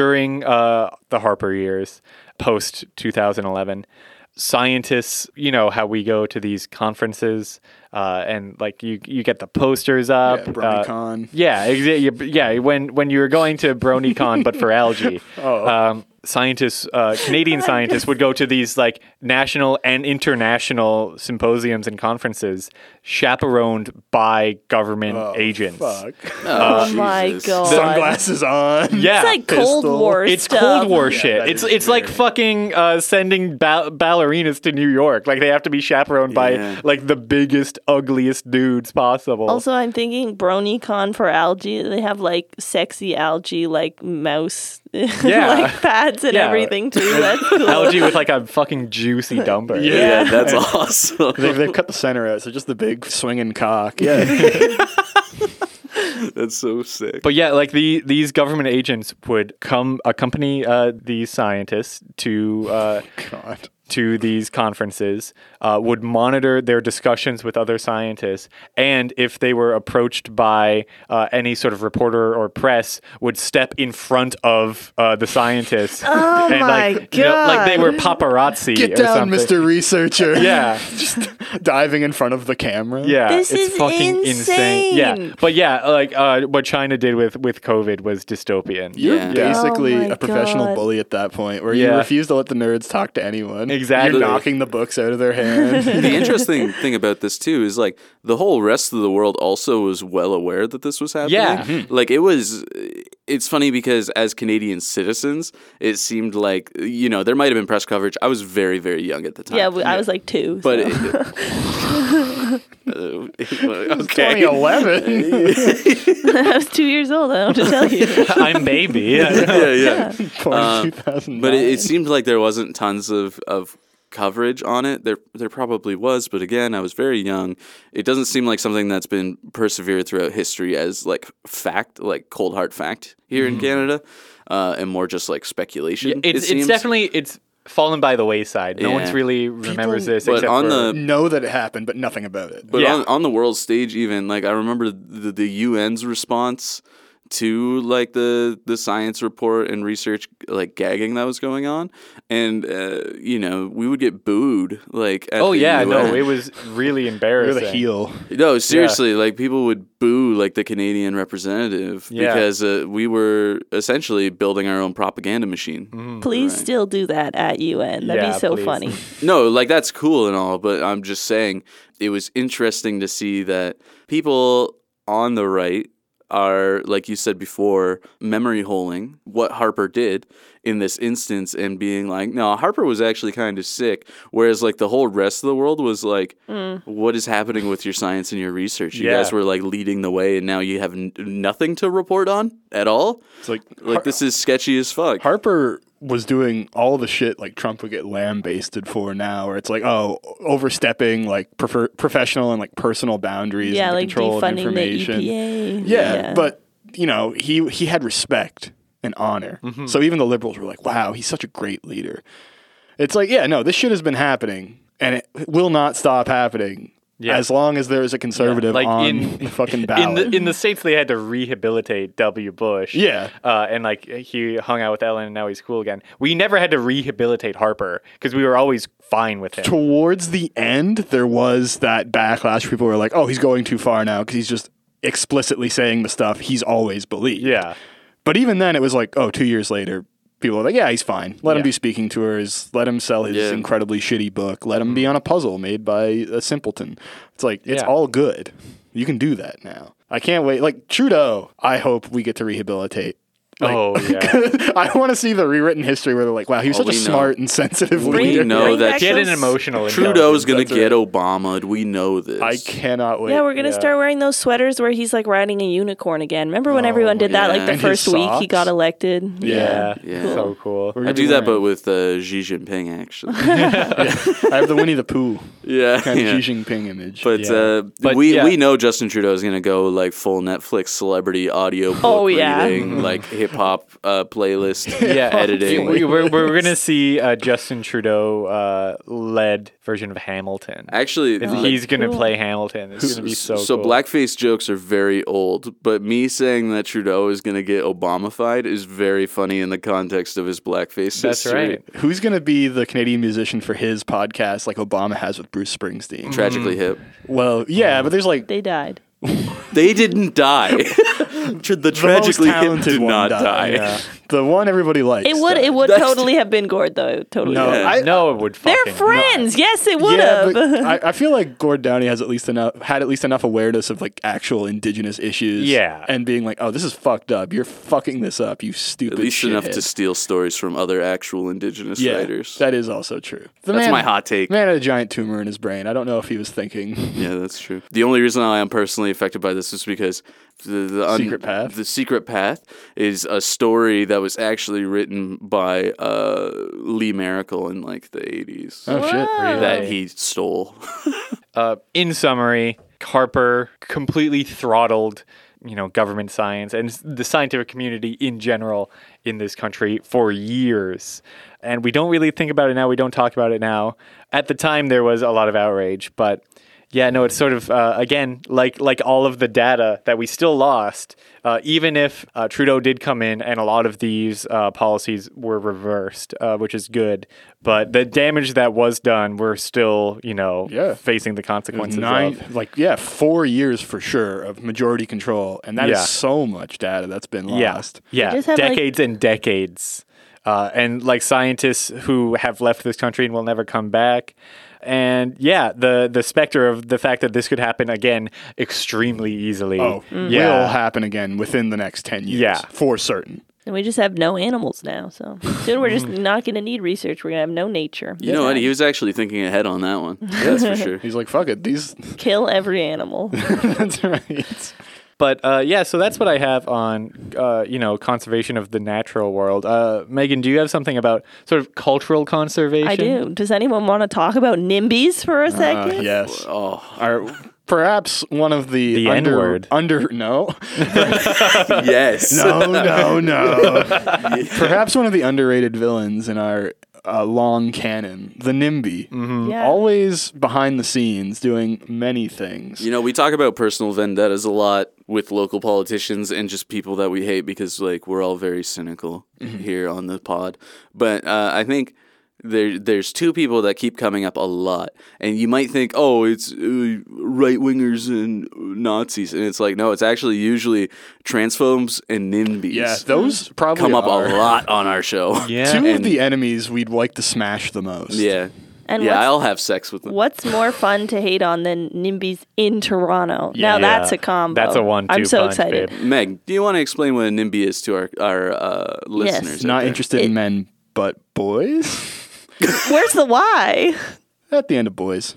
S3: during uh, the Harper years, post 2011, scientists, you know how we go to these conferences uh, and like you you get the posters up.
S1: Yeah,
S3: uh,
S1: BronyCon.
S3: yeah, exa- yeah. When when you were going to BronyCon, but for
S1: <laughs>
S3: algae,
S1: Oh.
S3: um, scientists, uh,
S2: <laughs>
S3: Canadian scientists, would go to these like national and international symposiums and conferences, chaperoned by government agents. <laughs>
S1: Fuck.
S2: Oh my God.
S1: Sunglasses on.
S3: uh, Yeah,
S2: It's like Cold
S1: Pistol.
S2: War
S3: it's
S2: stuff.
S3: Cold War shit.
S1: that
S3: It's
S1: is
S3: it's like fucking uh, sending ba- ballerinas to New York. Like they have to be chaperoned
S4: Yeah.
S3: by like the biggest, ugliest dudes possible.
S2: Also, I'm thinking BronyCon for algae. They have like sexy algae, like mouse, <laughs>
S3: Yeah.
S2: like pads and
S3: Yeah.
S2: everything too. That's cool.
S3: Algae with like a fucking juicy
S1: <laughs>
S3: dumper.
S4: Yeah, that's awesome. <laughs>
S1: They've, they've cut the center out, so just the big swinging
S3: <laughs>
S1: cock. Yeah.
S4: that's so sick.
S3: But yeah, like the these government agents would come accompany uh, these scientists to uh,
S1: God.
S3: to these conferences, uh, would monitor their discussions with other scientists, and if they were approached by uh, any sort of reporter or press, would step in front of uh,
S2: <laughs>
S3: the scientists. Oh and,
S2: my
S3: like, you know, like they were paparazzi.
S1: Get
S3: or
S1: down,
S3: something.
S1: Mr. Researcher.
S3: Yeah.
S1: <laughs> just diving in front of the camera.
S3: Yeah,
S2: This
S3: it's
S2: is
S3: fucking
S2: insane.
S3: Yeah, but yeah, like uh, what China did with with COVID was dystopian.
S1: You're
S4: Yeah.
S1: basically
S2: Oh my
S1: a professional
S2: God.
S1: bully at that point where
S3: Yeah.
S1: you refuse to let the nerds talk to anyone.
S3: Exactly.
S1: You're knocking the books out of their
S4: <laughs>
S1: hand.
S4: <laughs> the interesting thing about this too is like the whole rest of the world also was well aware that this was happening.
S3: Yeah.
S4: Like it was it's funny because as Canadian citizens, it seemed like you know, there might have been press coverage. I was very very young at the time.
S2: yeah, we, I was like two.
S4: but
S2: so.
S4: it, <laughs> Uh,
S1: <laughs>
S4: <laughs> okay.
S1: 2011.
S2: <laughs> I was two years old. I don't have to tell
S3: <laughs>
S2: you.
S3: I'm baby.
S1: <laughs>
S3: Yeah.
S4: Yeah, yeah.
S1: Born in 2009.
S4: But it, it seemed like there wasn't tons of, of coverage on it. There there probably was, but again, I was very young. It doesn't seem like something that's been persevered throughout history as like fact, like cold hard fact here in Canada, uh, and more just like speculation. it
S3: Mm. It's
S4: seems.
S3: it's definitely it's fallen by the wayside. No
S4: Yeah.
S3: one's really remembers
S1: People-
S3: this.
S4: But
S3: except
S4: on
S3: for,
S4: the
S1: know that it happened, but nothing about it.
S4: But
S3: Yeah.
S4: on, on the world stage, even like I remember the, the UN's response to like the the science report and research like gagging that was going on, and uh, you know we would get booed like. At
S3: oh
S4: the
S3: yeah, no,
S4: UN.
S3: it was really
S1: <laughs> You're
S3: embarrassing.
S1: the heel.
S4: <laughs> No, seriously, like people would boo like the Canadian representative
S3: Yeah.
S4: because uh, we were essentially building our own propaganda machine.
S2: please still do that at UN. That'd
S3: Yeah,
S2: be so
S3: please.
S2: funny.
S4: No, like that's cool and all, but I'm just saying it was interesting to see that people on the right are, like you said before, memory holing what Harper did in this instance and being like, no, Harper was actually kind of sick. Whereas, like, the whole rest of the world was like, what is happening with your science and your research? You
S3: Yeah.
S4: guys were like leading the way, and now you have n- nothing to report on at all.
S1: It's like,
S4: Like, this is sketchy as fuck.
S1: Harper was doing all the shit like Trump would get lambasted for now, where it's like, oh, overstepping like prefer- professional and like personal boundaries.
S2: yeah,
S1: and the
S2: like
S1: control of
S2: defunding the E
S1: information.
S2: EPA.
S1: Yeah, but you know, he he had respect and honor.
S3: Mm-hmm.
S1: So even the liberals were like, "Wow, he's such a great leader." It's like, yeah, no, this shit has been happening, and it will not stop happening
S3: Yeah.
S1: as long as there is a conservative
S3: like
S1: on
S3: in
S1: the fucking
S3: <laughs> in
S1: ballot.
S3: the in the states they had to rehabilitate W. Bush.
S1: Yeah.
S3: uh, and like he hung out with Ellen, and now he's cool again. We never had to rehabilitate Harper because we were always fine with him.
S1: Towards the end, there was that backlash. People were like, "Oh, he's going too far now because he's just explicitly saying the stuff he's always believed."
S3: Yeah,
S1: But even then, it was like, "Oh, two years later." People are like, yeah, he's fine. Let him
S3: Yeah.
S1: do speaking tours. Let him sell his
S4: Yeah. Mm-hmm.
S1: incredibly shitty book. Let him be on a puzzle made by a simpleton. It's like, it's
S3: Yeah.
S1: all good. You can do that now. I can't wait. Like, Trudeau, I hope we get to rehabilitate. Like, <laughs>
S3: oh yeah.
S1: I want to see the rewritten history where they're like, wow, he was
S4: Oh,
S1: such a
S4: we know.
S1: smart and sensitive
S4: We
S1: leader.
S4: know that
S2: back
S3: Get
S2: those-
S3: an emotional. intelligence.
S4: Trudeau's gonna
S1: That's
S4: get Obama. We know this.
S1: I cannot wait.
S2: Yeah, we're gonna
S3: yeah.
S2: start wearing those sweaters where he's like riding a unicorn again. Remember when
S1: Oh,
S2: everyone did that?
S4: yeah.
S2: Like the
S4: And
S1: his
S2: first week
S1: socks.
S2: he got elected.
S3: Yeah,
S4: Yeah.
S3: yeah. so cool.
S1: We're
S4: I
S1: gonna
S4: do
S1: be
S4: that, but
S1: wearing-
S4: with uh, Xi
S3: <laughs>
S4: Jinping actually.
S1: I have the Winnie the Pooh
S4: <laughs> yeah,
S1: kind
S4: yeah.
S1: of Xi Jinping image.
S4: But,
S3: Yeah.
S4: uh,
S3: But,
S4: we
S3: yeah.
S4: we know Justin Trudeau is gonna go like full Netflix celebrity audio book
S2: Oh, yeah.
S3: <laughs>
S4: reading, like hip hop uh, playlist
S3: yeah, <laughs>
S4: <laughs> editing.
S3: We, we're we're gonna see a Justin Trudeau uh, led version of Hamilton.
S4: Actually,
S3: It's-
S4: like,
S3: he's gonna
S2: cool.
S3: play Hamilton. It's gonna be so. cool.
S4: blackface jokes are very old, but me saying that Trudeau is gonna get Obamafied is very funny in the context of his blackface.
S3: That's
S4: history.
S3: right.
S1: Who's going to be the Canadian musician for his podcast like Obama has with Bruce Springsteen?
S4: <laughs> Tragically
S3: Mm-hmm.
S4: hip.
S1: Well, yeah, but there's like
S2: They died.
S4: They didn't die.
S3: <laughs>
S4: the
S1: the most
S4: tragically hip
S1: talented
S4: did
S1: one
S4: not
S1: died.
S4: die.
S1: Yeah. the one everybody likes.
S2: It would it would
S4: That's-
S2: totally have been Gord though. It Totally.
S1: No,
S2: would.
S4: Yeah.
S1: I,
S3: no, it would.
S2: They're
S3: fucking
S2: friends. Yes, it would
S1: yeah,
S2: have. <laughs>
S1: but I, I feel like Gord Downey has at least enough had at least enough awareness of like actual indigenous issues.
S3: Yeah.
S1: and being like, oh, this is fucked up. You're fucking this up. You stupid.
S4: At least enough
S1: shithead."
S4: to steal stories from other actual indigenous
S1: yeah,
S4: writers.
S1: That is also true. The
S4: That's
S1: man-
S4: my hot take.
S1: Man had a giant tumor in his brain. I don't know if he was thinking. <laughs>
S4: Yeah, that's true. The only reason I am personally affected by this is because the, the un-
S1: Secret Path?
S4: The secret path is a story that was actually written by uh, Lee Miracle in like the eighties
S1: Oh shit.
S2: Wow.
S4: that he stole.
S3: Uh, in summary, Harper completely throttled, you know, government science and s- the scientific community in general in this country for years. And we don't really think about it now. We don't talk about it now. At the time, there was a lot of outrage, but yeah, no, it's sort of uh, again like like all of the data that we still lost. Uh, even if uh, Trudeau did come in and a lot of these uh, policies were reversed, uh, which is good, but the damage that was done, we're still you know
S1: Yeah.
S3: facing the consequences
S1: Nine,
S3: of.
S1: like yeah, four years for sure of majority control, and that is
S3: Yeah.
S1: so much data that's been
S3: Yeah,
S1: lost.
S3: yeah,
S2: just have, like-
S3: decades and decades, uh, and like scientists who have left this country and will never come back, and yeah, the the specter of the fact that this could happen again extremely easily.
S1: Oh,
S2: Mm.
S3: yeah,
S1: will happen again within the next ten years.
S3: Yeah.
S1: for certain.
S2: and we just have no animals now. So soon we're just not gonna need research. We're gonna have no nature.
S4: You know what? He was actually thinking ahead on that one. That's for
S1: <laughs>
S4: sure.
S1: He's like, fuck it. These.
S2: <laughs> Kill every animal.
S1: that's right.
S3: But uh, yeah, so that's what I have on uh, you know conservation of the natural world. Uh, Megan, do you have something about sort of cultural conservation?
S2: I do. Does anyone want to talk about NIMBYs for a second?
S1: Yes.
S4: Oh
S1: Or perhaps one of the,
S3: The
S1: under,
S3: N-word.
S1: under
S3: <laughs>
S1: no
S4: yes.
S1: no no
S3: <laughs>
S1: no perhaps one of the underrated villains in our uh, long canon the nimby
S3: Mm-hmm.
S2: Yeah.
S1: always behind the scenes doing many things
S4: You know, we talk about personal vendettas a lot with local politicians and just people that we hate because, like, we're all very cynical
S1: Mm-hmm.
S4: here on the pod. But uh, I think there there's two people that keep coming up a lot, and you might think, oh, it's uh, right wingers and Nazis, and it's like, no, it's actually usually transphobes and nimbies.
S1: yeah those probably
S4: come up
S1: are
S4: a lot on our
S1: <laughs>
S4: show.
S3: Yeah.
S1: two of
S4: And-
S1: the enemies we'd like to smash the most
S4: yeah,
S2: And
S4: yeah.
S2: what's-
S4: I'll have sex with them.
S2: What's more fun to hate on than NIMBYs in Toronto?
S3: Yeah.
S2: now that's a combo.
S3: That's a one-two
S2: I'm so
S3: punch,
S2: excited.
S3: babe.
S4: Meg, do you want to explain what a NIMBY is to our our uh, listeners? out
S1: not
S4: there?
S1: interested in men but boys
S2: Where's the why?
S4: <laughs>
S1: at the end of boys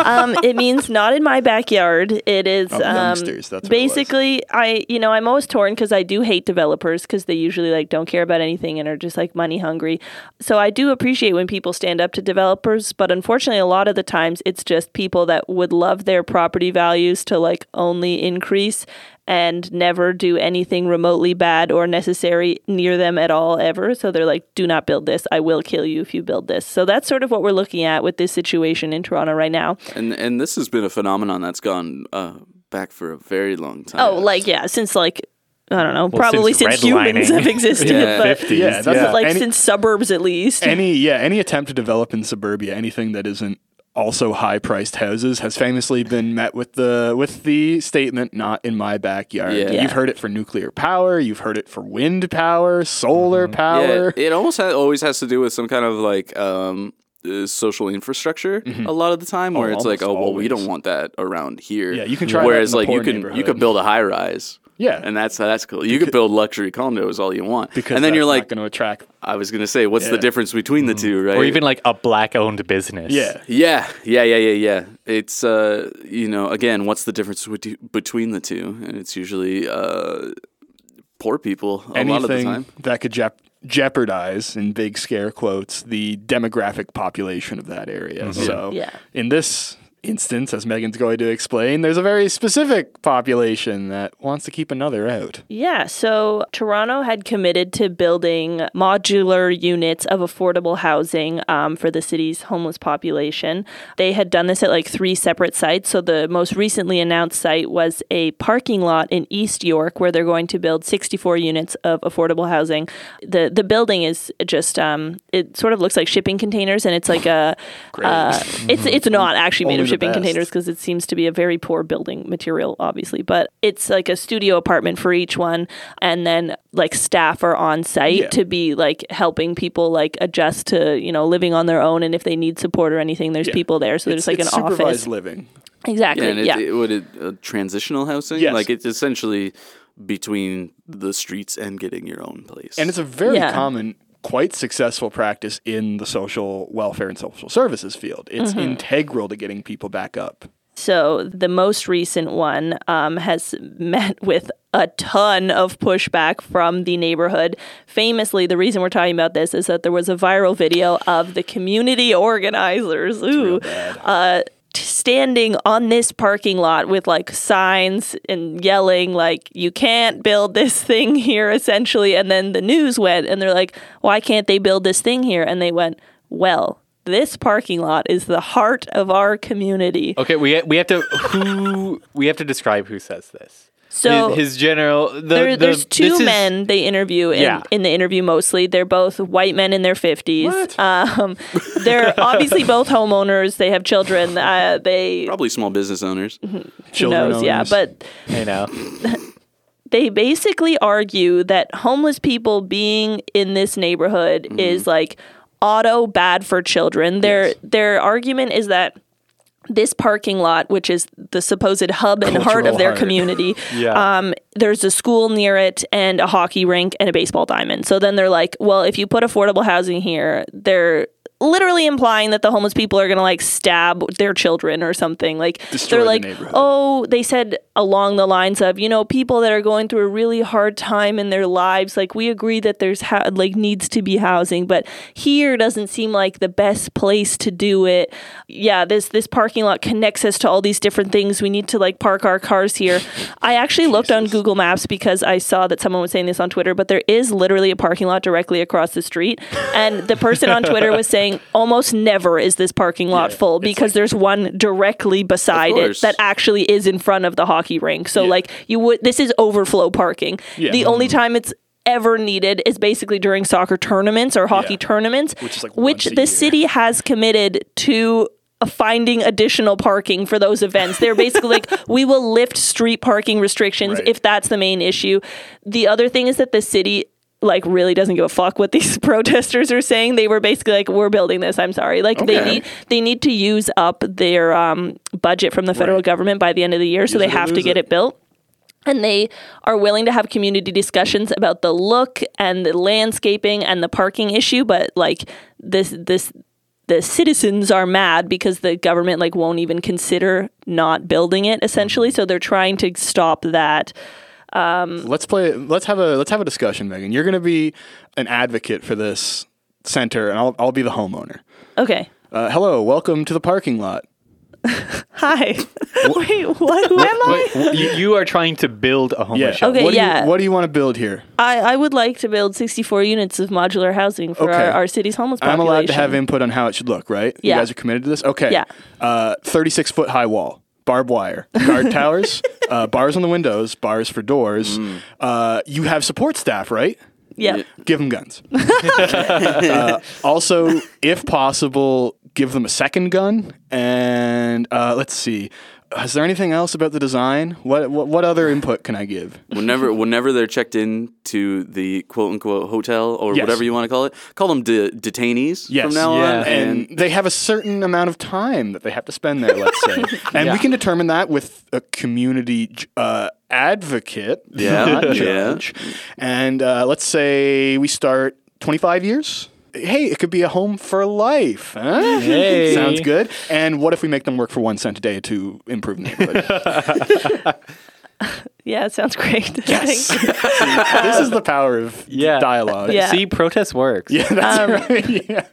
S2: um, it means not in my backyard. It is
S1: Oh,
S2: um,
S1: youngsters, that's what it was.
S2: basically I you know I'm always torn because I do hate developers because they usually like don't care about anything and are just like money hungry. So I do appreciate when people stand up to developers, but unfortunately a lot of the times it's just people that would love their property values to like only increase and never do anything remotely bad or necessary near them at all ever. So they're like, do not build this. I will kill you if you build this. So that's sort of what we're looking at with this situation in Toronto right now.
S4: And and this has been a phenomenon that's gone uh, back for a very long time.
S2: Oh, like, yeah, since like, I don't know,
S3: Well,
S2: probably
S3: since
S2: since, humans
S3: redlining.
S2: have existed.
S3: <laughs>
S2: <laughs>
S4: Yeah.
S2: but
S3: Fifties.
S1: Yeah, that's
S2: Like
S1: Any-
S2: since suburbs, at least.
S1: any yeah any attempt to develop in suburbia anything that isn't also high priced houses has famously been met with the with the statement not in my backyard
S4: Yeah.
S2: Yeah.
S1: you've heard it for nuclear power you've heard it for wind power solar power
S4: Mm-hmm. Yeah, it almost ha- always has to do with some kind of like um, uh, social infrastructure a lot of the time, where
S1: Oh,
S4: it's like, oh,
S1: almost
S4: well, we
S1: always.
S4: don't want that around here.
S1: Yeah, you can try that
S4: Whereas,
S1: in the
S4: like,
S1: poor
S4: you can you
S1: neighborhood.
S4: could build a high rise.
S1: Yeah.
S4: and that's that's cool. You could build luxury condos all you want,
S1: because
S4: and then you're like,
S1: going to attract
S4: I was gonna say, what's the
S1: Yeah. Mm-hmm.
S4: difference between the two, right?
S3: or even like a black owned business.
S1: yeah
S4: yeah, yeah, yeah, yeah, yeah. It's uh, you know, again, what's the difference with- between the two? And it's usually uh, poor people a lot of the time.
S1: anything that could jep- jeopardize in big scare quotes the demographic population of that area so
S2: Yeah.
S1: in this instance as megan's going to explain there's a very specific population that wants to keep another out
S2: Yeah, so Toronto had committed to building modular units of affordable housing um, for the city's homeless population. They had done this at like three separate sites. So the most recently announced site was a parking lot in East York where they're going to build 64 units of affordable housing. The the building is just um, it sort of looks like shipping containers and it's like a uh, it's it's not actually made
S1: Only
S2: of
S1: the
S2: shipping
S1: best.
S2: containers because it seems to be a very poor building material, obviously. But it's like a studio apartment for each one, and then like staff are on site
S1: Yeah.
S2: to be like helping people like adjust to you know living on their own, and if they need support or anything, there's
S1: Yeah.
S2: people there. So
S1: It's-
S2: there's like
S1: it's
S2: an office,
S1: supervised living
S2: exactly.
S4: Yeah,
S2: Yeah,
S4: and it, it would it, uh, transitional housing.
S1: Yes.
S4: Like it's essentially between the streets and getting your own place.
S1: And it's a very
S2: Yeah.
S1: common, quite successful practice in the social welfare and social services field. It's
S2: Mm-hmm.
S1: integral to getting people back up.
S2: So the most recent one um, has met with a ton of pushback from the neighborhood. Famously, the reason we're talking about this is that there was a viral video of the community organizers. Ooh. Uh, t- Standing on this parking lot with like signs and yelling, like, you can't build this thing here, essentially. And then the news went and they're like, why can't they build this thing here? And they went, well, this parking lot is the heart of our community.
S3: Okay, we we have to who we have to describe who says this.
S2: So-
S3: his, his general. The,
S2: There,
S3: the-
S2: there's two
S3: this is-
S2: men they interview in,
S3: Yeah.
S2: in the interview mostly. They're both white men in their 50s.
S1: What?
S3: <laughs>
S2: Um, they're obviously both homeowners. They have children. Uh, they,
S4: probably small business owners.
S2: who
S1: Children
S2: knows, yeah.
S1: owners.
S2: But
S3: I
S2: <laughs>
S3: know.
S2: they basically argue that homeless people being in this neighborhood
S1: Mm-hmm.
S2: is like auto bad for children. Their their argument is that this parking lot, which is the supposed hub and heart
S1: Cultural
S2: of their
S1: heart. <laughs>
S2: community,
S3: Yeah.
S2: um, there's a school near it and a hockey rink and a baseball diamond. So then they're like, well, if you put affordable housing here, they're literally implying that the homeless people are going to like stab their children or something. Like
S1: Destroy
S2: they're
S1: the
S2: like,
S1: neighborhood.
S2: oh, they said along the lines of, you know, people that are going through a really hard time in their lives. Like we agree that there's ha- like needs to be housing, but here doesn't seem like the best place to do it. Yeah, this this parking lot connects us to all these different things. We need to like park our cars here. I actually looked on Google Maps because I saw that someone was saying this on Twitter, but there is literally a parking lot directly across the street, and the person on Twitter was saying almost never is this parking lot full because there's one directly beside it
S4: course.
S2: that actually is in front of the hockey rink. So like you would this is overflow parking.
S1: Yeah. Mm-hmm.
S2: The only time it's ever needed is basically during soccer tournaments or hockey
S1: Yeah.
S2: tournaments
S1: Which is, like,
S2: which
S1: once a
S2: the
S1: year.
S2: city has committed to uh, finding additional parking for those events. They're
S1: <laughs>
S2: basically like we will lift street parking restrictions
S1: Right.
S2: if that's the main issue. The other thing is that the city like really doesn't give a fuck what these <laughs> protesters are saying. They were basically like we're building this, I'm sorry. Like they
S4: Okay.
S2: need they need to use up their um, budget from the federal
S1: Right.
S2: government by the end of the year, so they
S1: it or
S2: have to
S1: lose
S2: get
S1: it.
S2: it built. And they are willing to have community discussions about the look and the landscaping and the parking issue, but like this this the citizens are mad because the government like won't even consider not building it essentially so they're trying to stop that
S1: Let's play. Let's have a let's have a discussion, Megan. You're going to be an advocate for this center, and I'll I'll be the homeowner.
S2: okay
S1: Uh, hello, welcome to the parking lot.
S2: hi <laughs> wait what who am i
S3: Wait, w- you, you are trying to build a homeless
S1: Yeah.
S3: shelter.
S2: Okay,
S1: what Do
S2: yeah.
S1: you, what do you want to build here?
S2: I, I would like to build 64 units of modular housing for
S1: Okay.
S2: our, our city's homeless
S1: I'm
S2: population.
S1: allowed to have input on how it should look, right?
S2: Yeah.
S1: You guys are committed to this? Okay.
S2: Yeah.
S1: Uh, 36 foot high wall, barbed wire, guard towers,
S2: <laughs>
S1: uh, bars on the windows, bars for doors. Uh, you have support staff, right?
S2: Yeah.
S4: Yeah.
S1: Give them
S2: <laughs>
S1: guns. Uh, also, if possible, give them a second gun. And uh, let's see. Is there anything else about the design? What, what what other input can I give?
S4: Whenever, whenever they're checked in to the quote unquote hotel or
S1: Yes.
S4: whatever you want to call it, call them de- detainees from now
S3: Yeah.
S4: on.
S1: and, they have a certain amount of time that they have to spend there, let's say. <laughs> And
S3: Yeah.
S1: we can determine that with a community j- uh, advocate, <laughs>
S4: Yeah,
S1: not
S4: yeah.
S1: judge. And uh, let's say we start 25 years. Hey, it could be a home for life. Huh?
S3: Hey.
S1: Sounds good. And what if we make them work for one cent a day to improve the
S3: <laughs>
S1: neighborhood?
S2: Yeah, it sounds great. <laughs> I
S1: yes.
S2: think.
S1: this is the power of
S3: Yeah.
S1: dialogue.
S2: Yeah.
S3: See, protest
S1: <laughs>
S3: works.
S1: Yeah, that's right. <laughs> Yeah.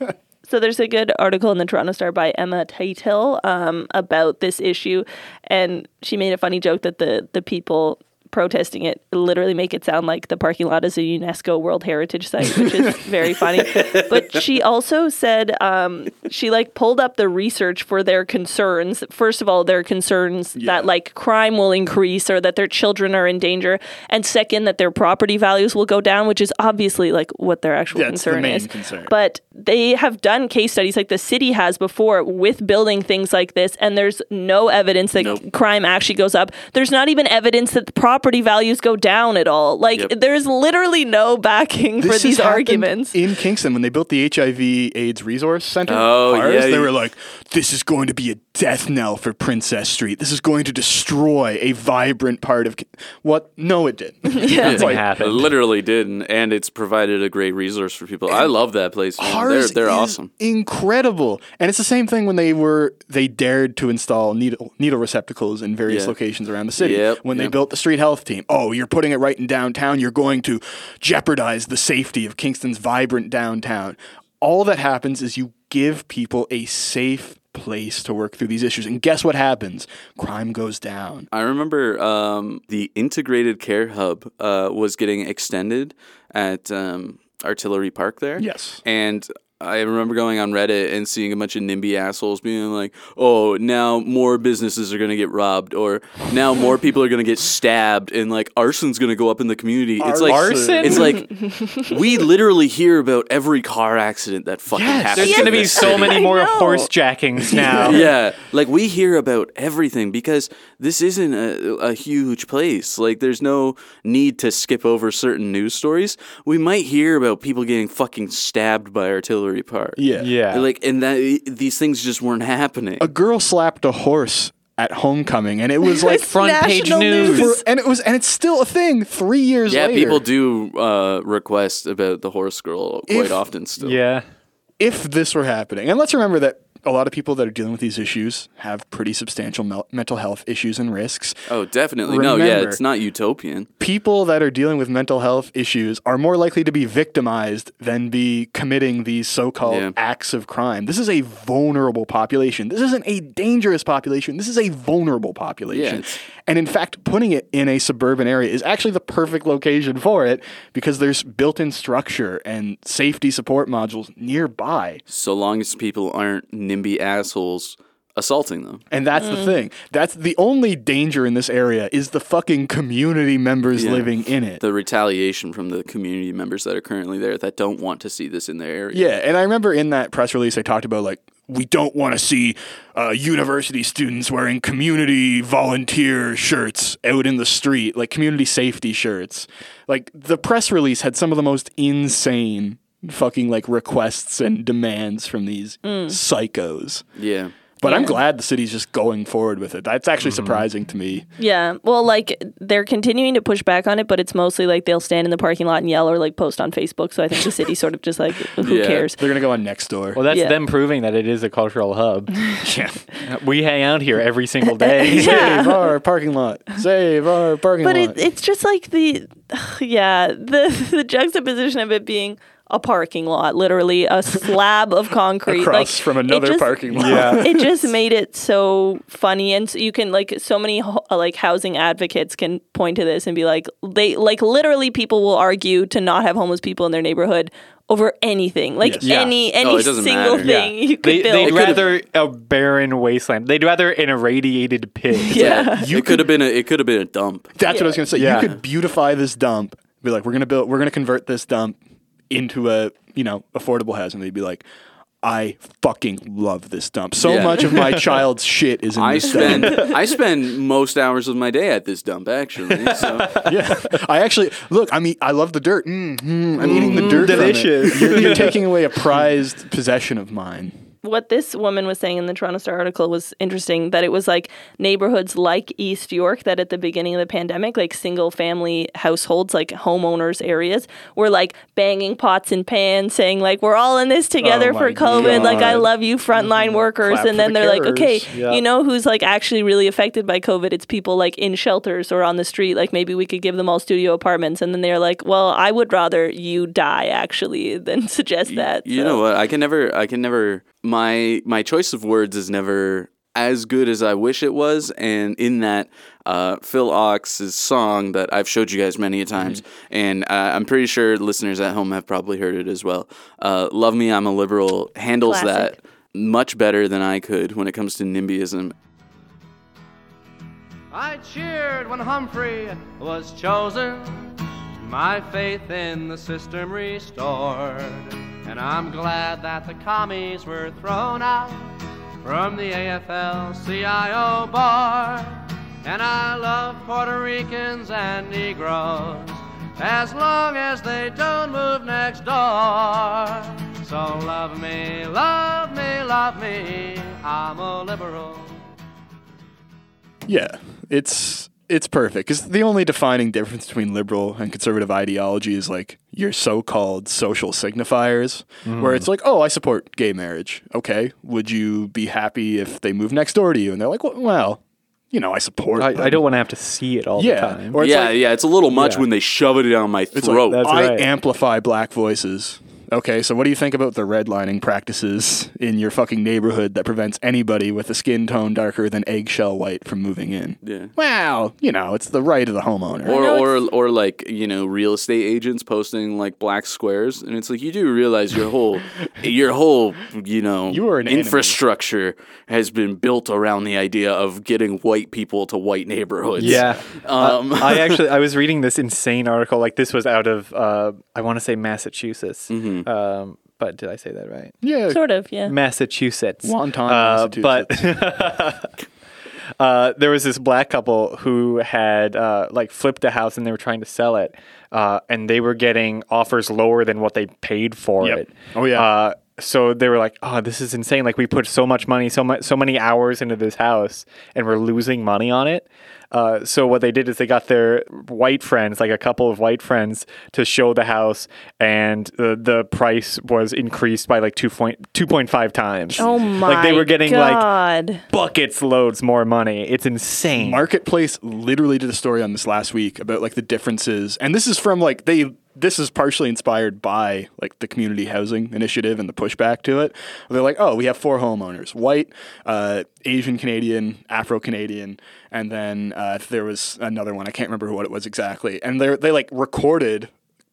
S2: So there's a good article in the Toronto Star by Emma Title um, about this issue, and she made a funny joke that the the people protesting it literally make it sound like the parking lot is a UNESCO World Heritage Site, which
S1: <laughs>
S2: is very funny. But she also said um, she like pulled up the research for their concerns. First of all, their concerns that like crime will increase or that their children are in danger, and second that their property values will go down, which is obviously like what their actual
S1: That's the
S2: concern
S1: main
S2: is.
S1: concern.
S2: But they have done case studies like the city has before with building things like this, and there's no evidence that
S4: Nope.
S2: crime actually goes up. There's not even evidence that the property values go down at all. Like
S4: Yep.
S2: there's literally no backing for
S1: This has
S2: these
S1: happened
S2: arguments.
S1: in Kingston when they built the HIV AIDS Resource Center.
S4: Oh,
S1: ours,
S4: yeah,
S1: they
S4: you-
S1: were like, "This is going to be a death knell for Princess Street. This is going to destroy a vibrant part of Ki-" what? No, it did.
S2: <laughs> Yeah.
S1: It's like,
S4: It
S3: Happened.
S4: literally didn't, and it's provided a great resource for people. I love that place. man. They're
S1: Ours
S4: they're
S1: is
S4: awesome.
S1: incredible, and it's the same thing when they were they dared to install needle needle receptacles in various
S4: Yeah.
S1: locations around the city.
S4: Yep,
S1: when they
S4: yep.
S1: built the street health team, oh, you're putting it right in downtown. You're going to jeopardize the safety of Kingston's vibrant downtown. All that happens is you give people a safe place to work through these issues, and guess what happens? Crime goes down.
S4: I remember um, the integrated care hub uh, was getting extended at um, Artillery Park there.
S1: Yes.
S4: And I remember going on Reddit and seeing a bunch of NIMBY assholes being like, oh, now more businesses are going to get robbed, or now more people are going to get stabbed, and like arson's going to go up in the community. It's like,
S1: Arson?
S4: It's like, we literally hear about every car accident that fucking
S1: Yes.
S4: happens.
S3: There's
S4: in
S3: going to be
S4: this
S3: so
S4: city
S2: <laughs>
S3: many
S2: I
S3: more
S2: know.
S3: horse jackings now.
S4: <laughs> yeah like we hear about everything because this isn't a, a huge place like there's no need to skip over certain news stories we might hear about people getting fucking stabbed by artillery park
S1: Yeah.
S3: Yeah.
S4: like and that these things just weren't happening
S1: A girl slapped a horse at homecoming, and it was like.
S3: front page
S2: National
S3: news.
S1: For, and it was, and it's still a thing. Three years
S4: yeah
S1: later,
S4: people do uh, request about the horse girl quite
S1: If-
S4: often still
S3: yeah.
S1: if this were happening, and let's remember that a lot of people that are dealing with these issues have pretty substantial mel- mental health issues and risks.
S4: oh definitely no yeah
S1: Remember-
S4: it's not utopian
S1: People that are dealing with mental health issues are more likely to be victimized than be committing these so-called
S4: Yeah.
S1: acts of crime. This is a vulnerable population. This isn't a dangerous population. This is a vulnerable population.
S4: it's-
S1: and in fact, putting it in a suburban area is actually the perfect location for it because there's built-in structure and safety support modules nearby.
S4: so long as people aren't nimby assholes assaulting them
S1: And that's the thing. That's the only danger in this area is the fucking community members living in it.
S4: the retaliation from the community members that are currently there that don't want to see this in their area.
S1: yeah, and I remember in that press release I talked about like we don't want to see uh, university students wearing community volunteer shirts out in the street, like community safety shirts. Like the press release had some of the most insane fucking like requests and demands from these psychos.
S4: Yeah.
S1: But I'm
S2: Mm. Yeah.
S1: glad the city's just going forward with it. That's actually surprising to me.
S2: Yeah. Well, like they're continuing to push back on it, but it's mostly like they'll stand in the parking lot and yell or like post on Facebook. So I think the city's sort of just like, who
S4: Yeah.
S2: cares?
S1: They're gonna go on next door.
S3: Well, that's
S2: Yeah.
S3: them proving that it is a cultural
S2: <laughs>
S3: hub.
S1: yeah.
S3: we hang out here every single
S1: <laughs>
S3: day.
S1: Save our parking lot. Save our parking
S2: But
S1: lot.
S2: it, it's just like the, <sighs> yeah, the the juxtaposition of it being a parking lot, literally a slab
S1: <laughs>
S2: of concrete,
S1: Across
S2: like,
S1: from
S2: it
S1: another
S2: just-
S1: parking lot.
S2: It
S1: <laughs>
S2: just made it so funny, and so you can like so many ho- uh, like housing advocates can point to this and be like they like literally people will argue to not have homeless people in their neighborhood over anything, like
S1: Yes. Yeah.
S2: any
S4: Oh,
S2: any
S4: it doesn't
S2: single
S4: matter.
S3: <laughs> Yeah.
S2: thing you could
S3: they,
S2: build.
S3: They'd
S4: It could've-
S3: rather a barren wasteland. They'd rather an irradiated pit.
S4: Yeah, it could have been a it could have been a dump.
S1: That's what I was gonna say.
S3: Yeah.
S1: You could beautify this dump. Be like, we're gonna build, we're gonna convert this dump into a you know affordable housing. They'd be like, I fucking love this dump. So
S4: Yeah.
S1: much of my child's shit is in
S4: I
S1: <laughs> this
S4: spend
S1: dump.
S4: I spend most hours of my day at this dump actually. So
S1: Yeah, I actually look. I mean, I love the dirt. Mm, mm, I'm eating the dirt. from it.
S3: delicious.
S1: You're, you're taking away a prized possession of mine.
S2: what this woman was saying in the Toronto Star article was interesting that it was like neighborhoods like East York that at the beginning of the pandemic, like single family households, like homeowners areas, were like banging pots and pans, saying like we're all in this together
S3: Oh my
S2: for COVID. Like I
S1: God.
S2: love you, frontline workers.
S1: Clap for
S2: and then
S1: the
S2: they're like, okay,
S1: carers.
S3: Yeah.
S2: you know who's like actually really affected by COVID? It's people like in shelters or on the street. Like maybe we could give them all studio apartments. And then they're like, well, I would rather you die actually than <laughs> suggest that.
S4: you
S2: So-
S4: know what? I can never I can never my my choice of words is never as good as I wish it was, and in that uh, Phil Ox's song that I've showed you guys many a times, and uh, I'm pretty sure listeners at home have probably heard it as well. Uh, Love me, I'm a liberal handles
S2: Classic.
S4: that much better than I could when it comes to NIMBYism
S5: I cheered when Humphrey was chosen, my faith in the system restored. And I'm glad that the commies were thrown out from the AFL CIO bar. And I love Puerto Ricans and Negroes as long as they don't move next door. So love me, love me, love me, I'm a liberal.
S1: Yeah, it's it's perfect because the only defining difference between liberal and conservative ideology is like your so-called social signifiers,
S3: Mm.
S1: where it's like, oh, I support gay marriage. Okay, would you be happy if they move next door to you? And they're like, well, well you know, I support.
S3: I,
S1: them.
S3: I don't want to have to see it all
S1: Yeah,
S3: the time.
S1: or it's
S4: yeah,
S1: like,
S4: yeah, it's a little much
S3: Yeah.
S4: when they shove it down my
S1: It's like,
S4: throat.
S3: That's
S1: I
S3: right.
S1: amplify black voices. Okay, so what do you think about the redlining practices in your fucking neighborhood that prevents anybody with a skin tone darker than eggshell white from moving in?
S4: Yeah.
S1: Wow, you know, it's the right of the homeowner.
S4: or
S2: know
S4: or or like you know real estate agents posting like black squares and it's like you do realize
S1: <laughs>
S4: your whole your whole you know
S1: You are an enemy.
S4: infrastructure has been built around the idea of getting white people to white neighborhoods
S3: Yeah.
S4: Um,
S3: I actually I was reading this insane article. Like this was out of uh, I want to say Massachusetts. Um, but did I say that right?
S1: yeah,
S2: Sort of, yeah.
S3: Massachusetts.
S1: Wonton,
S3: Uh, But uh, there was this black couple who had uh, like flipped a house and they were trying to sell it, uh, and they were getting offers lower than what they paid for
S1: Yep.
S3: it.
S1: Oh, yeah.
S3: Uh, so they were like, "Oh, this is insane! Like we put so much money, so much, so many hours into this house, and we're losing money on it." Uh, so what they did is they got their white friends, like a couple of white friends, to show the house, and uh, the price was increased by like 2.5 times.
S2: Oh my!
S3: Like they were getting like
S2: God.
S3: buckets loads more money. It's insane.
S1: Marketplace literally did a story on this last week about like the differences, and this is from like they. This is partially inspired by like the community housing initiative and the pushback to it. They're like, oh, we have four homeowners: white, uh, Asian Canadian, Afro Canadian, and then uh, there was another one. I can't remember what it was exactly. And they they like recorded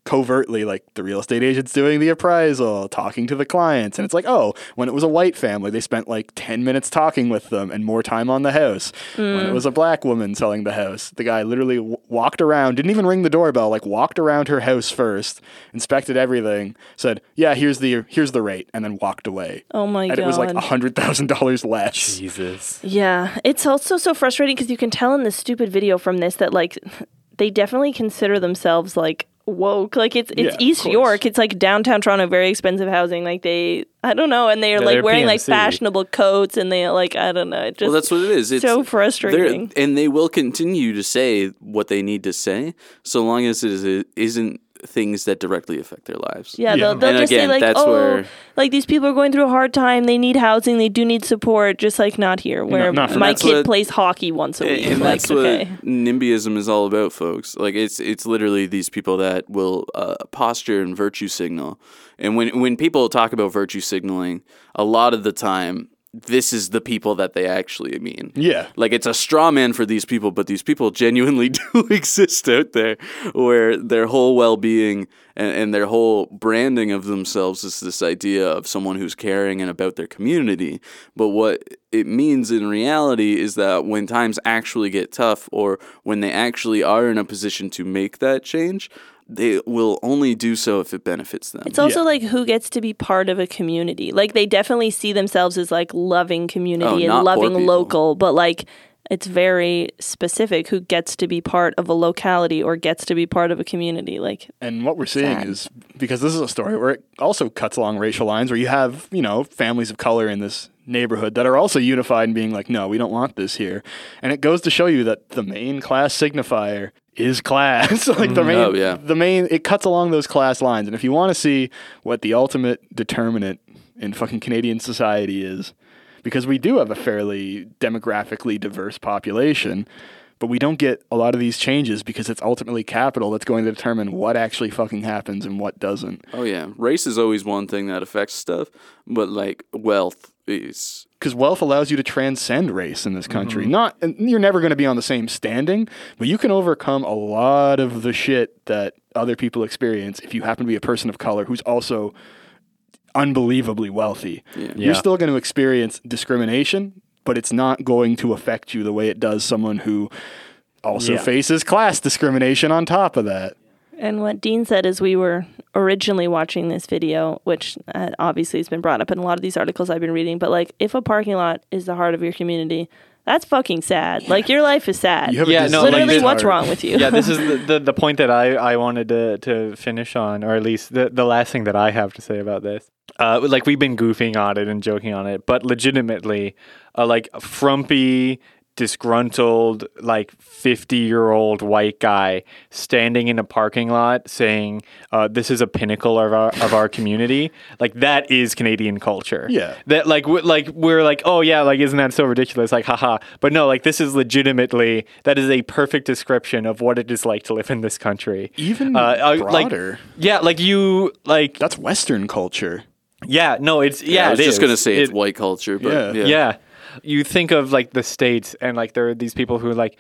S1: covertly like the real estate agents doing the appraisal talking to the clients and it's like oh when it was a white family they spent like 10 minutes talking with them and more time on the house
S2: Mm.
S1: when it was a black woman selling the house the guy literally w- walked around didn't even ring the doorbell like walked around her house first inspected everything said yeah here's the here's the rate and then walked away
S2: Oh my
S1: and it was like
S2: God.
S1: $100000 less
S3: Jesus.
S2: Yeah, it's also so frustrating because you can tell in this stupid video from this that like they definitely consider themselves like woke. Like it's
S1: Yeah,
S2: it's
S1: of
S2: East
S1: course.
S2: York. It's like downtown Toronto, very expensive housing. Like they, I don't know, and they're
S3: Yeah,
S2: like
S3: they're
S2: wearing like
S3: PMC.
S2: fashionable coats, and they like I don't know. It just
S4: Well, that's what it is. It's
S2: so
S4: they're-
S2: frustrating.
S4: And they will continue to say what they need to say so long as it, is, it isn't things that directly affect their lives.
S2: Yeah,
S1: Yeah.
S2: they'll, they'll
S4: And
S2: just
S4: again,
S2: say like,
S4: that's
S2: oh,
S4: where-
S2: like these people are going through a hard time. They need housing. They do need support. Just like not here, where
S1: not for
S2: my
S4: that's
S2: kid
S4: what-
S2: plays hockey once a
S4: And,
S2: week.
S4: and
S2: like
S4: that's
S2: okay,
S4: what NIMBYism is all about, folks. Like it's it's literally these people that will uh, posture and virtue signal. And when when people talk about virtue signaling, a lot of the time, this is the people that they actually mean.
S1: Yeah.
S4: Like it's a straw man for these people, but these people genuinely <laughs> do exist out there, where their whole well being and, and their whole branding of themselves is this idea of someone who's caring and about their community. But what it means in reality is that when times actually get tough, or when they actually are in a position to make that change, they will only do so if it benefits them.
S2: It's also like who gets to be part of a community. Like they definitely see themselves as like loving
S4: Oh,
S2: community
S4: not poor
S2: and loving
S4: people.
S2: local, but like it's very specific who gets to be part of a locality or gets to be part of a community. Like
S1: And what we're seeing
S2: Sad.
S1: is because this is a story where it also cuts along racial lines, where you have you know families of color in this neighborhood that are also unified and being like, no, we don't want this here. And it goes to show you that the main class signifier is class. <laughs> like the main,
S4: Oh, yeah.
S1: the main, it cuts along those class lines. And if you want to see what the ultimate determinant in fucking Canadian society is, because we do have a fairly demographically diverse population, but we don't get a lot of these changes because it's ultimately capital that's going to determine what actually fucking happens and what doesn't.
S4: oh yeah, race is always one thing that affects stuff, but like wealth is
S1: Because wealth allows you to transcend race in this country.
S3: Mm-hmm.
S1: Not and you're never going to be on the same standing, but you can overcome a lot of the shit that other people experience if you happen to be a person of color who's also unbelievably wealthy.
S3: Yeah.
S1: You're still going to experience discrimination, but it's not going to affect you the way it does someone who also
S3: Yeah.
S1: faces class discrimination on top of that.
S2: And what Dean said is we were originally watching this video, which uh, obviously has been brought up in a lot of these articles I've been reading, but like if a parking lot is the heart of your community, that's fucking sad. Like your life is sad.
S1: You have a
S3: Yeah, no, like,
S2: Literally,
S3: this-
S2: what's wrong with you?
S3: yeah, this is the, the, the point that I, I wanted to, to finish on, or at least the, the last thing that I have to say about this. Uh, like, we've been goofing on it and joking on it, but legitimately, uh, like, frumpy, disgruntled, like, 50 year old white guy standing in a parking lot saying, uh, This is a pinnacle of our, of our community. Like, that is Canadian culture
S1: Yeah.
S3: that like we like we're like oh yeah like isn't that so ridiculous like haha but no like this is legitimately that is a perfect description of what it is like to live in this country
S1: Even
S3: Uh, like-
S1: broader.
S3: yeah like you like
S1: That's Western culture.
S3: yeah no it's yeah,
S4: I was
S3: it
S4: just
S3: is.
S4: gonna say it's
S3: It-
S4: white culture, but
S1: Yeah.
S4: yeah,
S3: yeah. You think of like the states, and like there are these people who are like,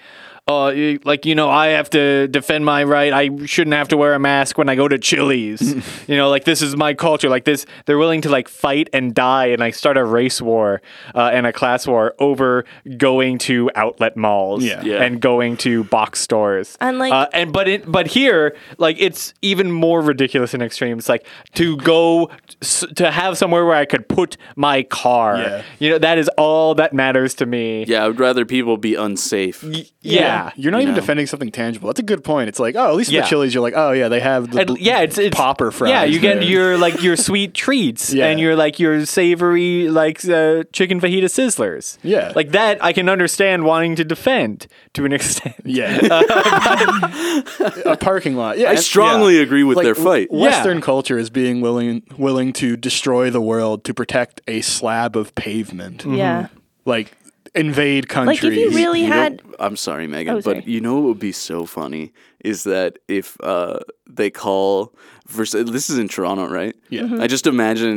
S3: oh, you- like you know, I have to defend my right. I shouldn't have to wear a mask when I go to Chili's. you know, like this is my culture. Like this, they're willing to like fight and die and like start a race war uh, and a class war over going to outlet malls
S1: Yeah.
S4: Yeah.
S3: and going to box stores.
S2: And, like-
S3: Uh, and but it but here like it's even more ridiculous and extreme. It's like to go s- to have somewhere where I could put my car.
S1: Yeah.
S3: You know that is all that matters to me.
S4: Yeah, I would rather people be unsafe.
S3: Y- yeah.
S1: You're not
S4: You
S1: even
S4: know.
S1: defending something tangible. That's a good point. It's like, oh, at least
S3: Yeah.
S1: the Chili's, you're like, oh, yeah, they have the
S3: And-
S1: bl-
S3: yeah, it's, it's
S1: popper fries.
S3: Yeah, you get
S1: there.
S3: your like
S1: <laughs>
S3: your sweet treats
S1: Yeah.
S3: and your like your savory like uh, chicken fajita sizzlers.
S1: Yeah.
S3: like that I can understand wanting to defend to an <laughs> extent.
S1: Yeah.
S3: Uh,
S1: a parking lot. Yeah.
S4: I strongly agree with
S1: Like,
S4: their fight.
S1: w- Western culture is being willing willing to destroy the world to protect a slab of pavement.
S2: <laughs>
S3: Mm-hmm.
S2: Yeah.
S1: Mm-hmm. Like invade countries.
S2: Like if you really
S4: You know-
S2: had
S4: I'm sorry, Megan,
S2: Oh, sorry.
S4: but you know what would be so funny is that if uh, they call for this is in Toronto, right?
S1: Yeah.
S2: Mm-hmm.
S4: I just imagine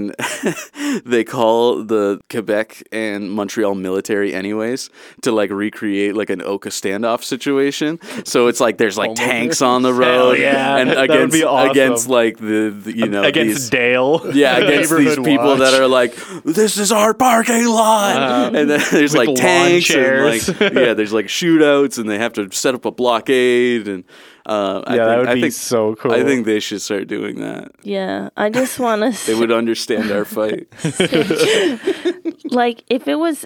S4: <laughs> they call the Quebec and Montreal military, anyways, to like recreate like an Oka standoff situation. So it's like there's like
S1: Oh my
S4: tanks on the
S3: Hell
S4: road,
S3: yeah. <laughs>
S4: and
S3: That would
S4: against
S3: be awesome.
S4: against like the, the- you know
S3: against
S4: these-
S3: Dale.
S4: Yeah,
S3: <laughs>
S4: against these
S1: Neighborhood
S4: people that
S1: watch.
S4: are like, this is our parking lot, and then there's like
S3: Uh-huh. lawn
S4: tanks
S3: chairs.
S4: and like yeah, there's like shootouts, and they have to set up a blockade, and uh, I
S3: Yeah, that
S4: think,
S3: would
S4: I
S3: be
S4: think-
S3: so cool.
S4: I think they should start doing that.
S2: yeah, I just want
S4: They
S2: to
S4: would understand our
S3: <laughs>
S4: fight.
S2: like if it was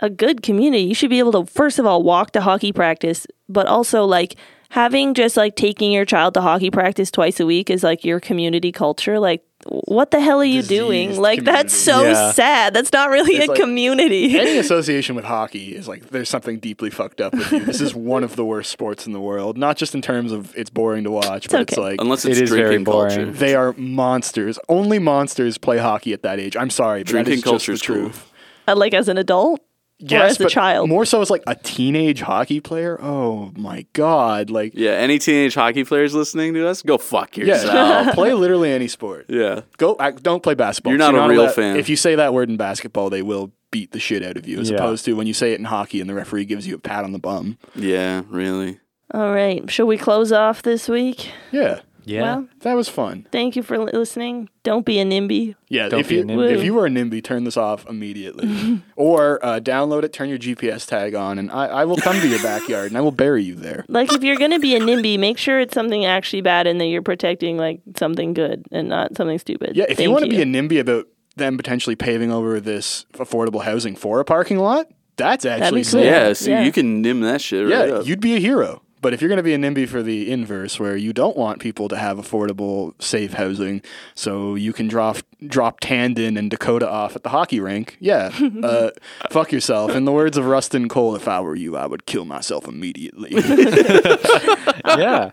S2: a good community, you should be able to first of all walk to hockey practice, but also like having just like taking your child to hockey practice twice a week is like your community culture. Like, what the hell are you doing?
S1: Diseased
S2: Like, that's so
S3: community. Yeah.
S2: sad. That's not really
S1: It's
S2: a
S1: like-
S2: community.
S1: Any association with hockey is like there's something deeply fucked up with you. This is one of the worst sports in the world, not just in terms of it's boring to watch, but it's
S2: okay.
S1: like
S4: Unless
S3: It
S4: it's
S3: is very
S4: drinking culture.
S3: boring.
S1: they are monsters. Only monsters play hockey at that age. I'm sorry, but
S4: Drinking
S1: that is
S4: culture
S1: just
S4: is
S1: the
S4: cool.
S1: truth.
S2: <laughs> Uh, like, as an adult or
S1: Yes,
S2: as a
S1: but
S2: child.
S1: More so as like a teenage hockey player. Oh my god! Like
S4: Yeah, any teenage hockey players listening to us, go fuck yourself.
S1: yeah,
S3: <laughs>
S4: Yeah.
S1: play literally any sport. Go I, don't play basketball.
S4: You're not a real
S1: allowed-
S4: fan.
S1: If you say that word in basketball, they will beat the shit out of you. As
S3: Yeah.
S1: opposed to when you say it in hockey and the referee gives you a pat on the bum.
S4: Yeah, really.
S2: All right. Shall we close off this week?
S1: Yeah,
S3: Yeah.
S2: Well,
S1: that was fun.
S2: thank you for li- listening. Don't be a NIMBY.
S1: Yeah,
S3: Don't
S1: if
S3: be
S1: you
S3: a NIMBY.
S1: if you were a NIMBY, turn this off
S2: <laughs>
S1: immediately, or uh, download it, turn your GPS tag on, and I, I will come to your backyard and I will bury you there.
S2: Like, if you're going to be a NIMBY, make sure it's something actually bad and that you're protecting, like, something good and not something stupid.
S1: Yeah, if you
S2: Thank
S1: want to be a NIMBY about them potentially paving over this affordable housing for a parking lot, that's actually
S2: be
S1: cool.
S2: cool.
S1: Yeah,
S4: Yeah, so
S2: Yeah.
S4: you can nim that shit right up.
S1: you'd be a hero. But if you're going to be a NIMBY for the inverse, where you don't want people to have affordable, safe housing, so you can drop drop Tandon and Dakota off at the hockey rink,
S2: <laughs>
S1: yeah, uh, fuck yourself. In the <laughs> words of Rustin Cole, if I were you, I would kill myself immediately.
S3: yeah.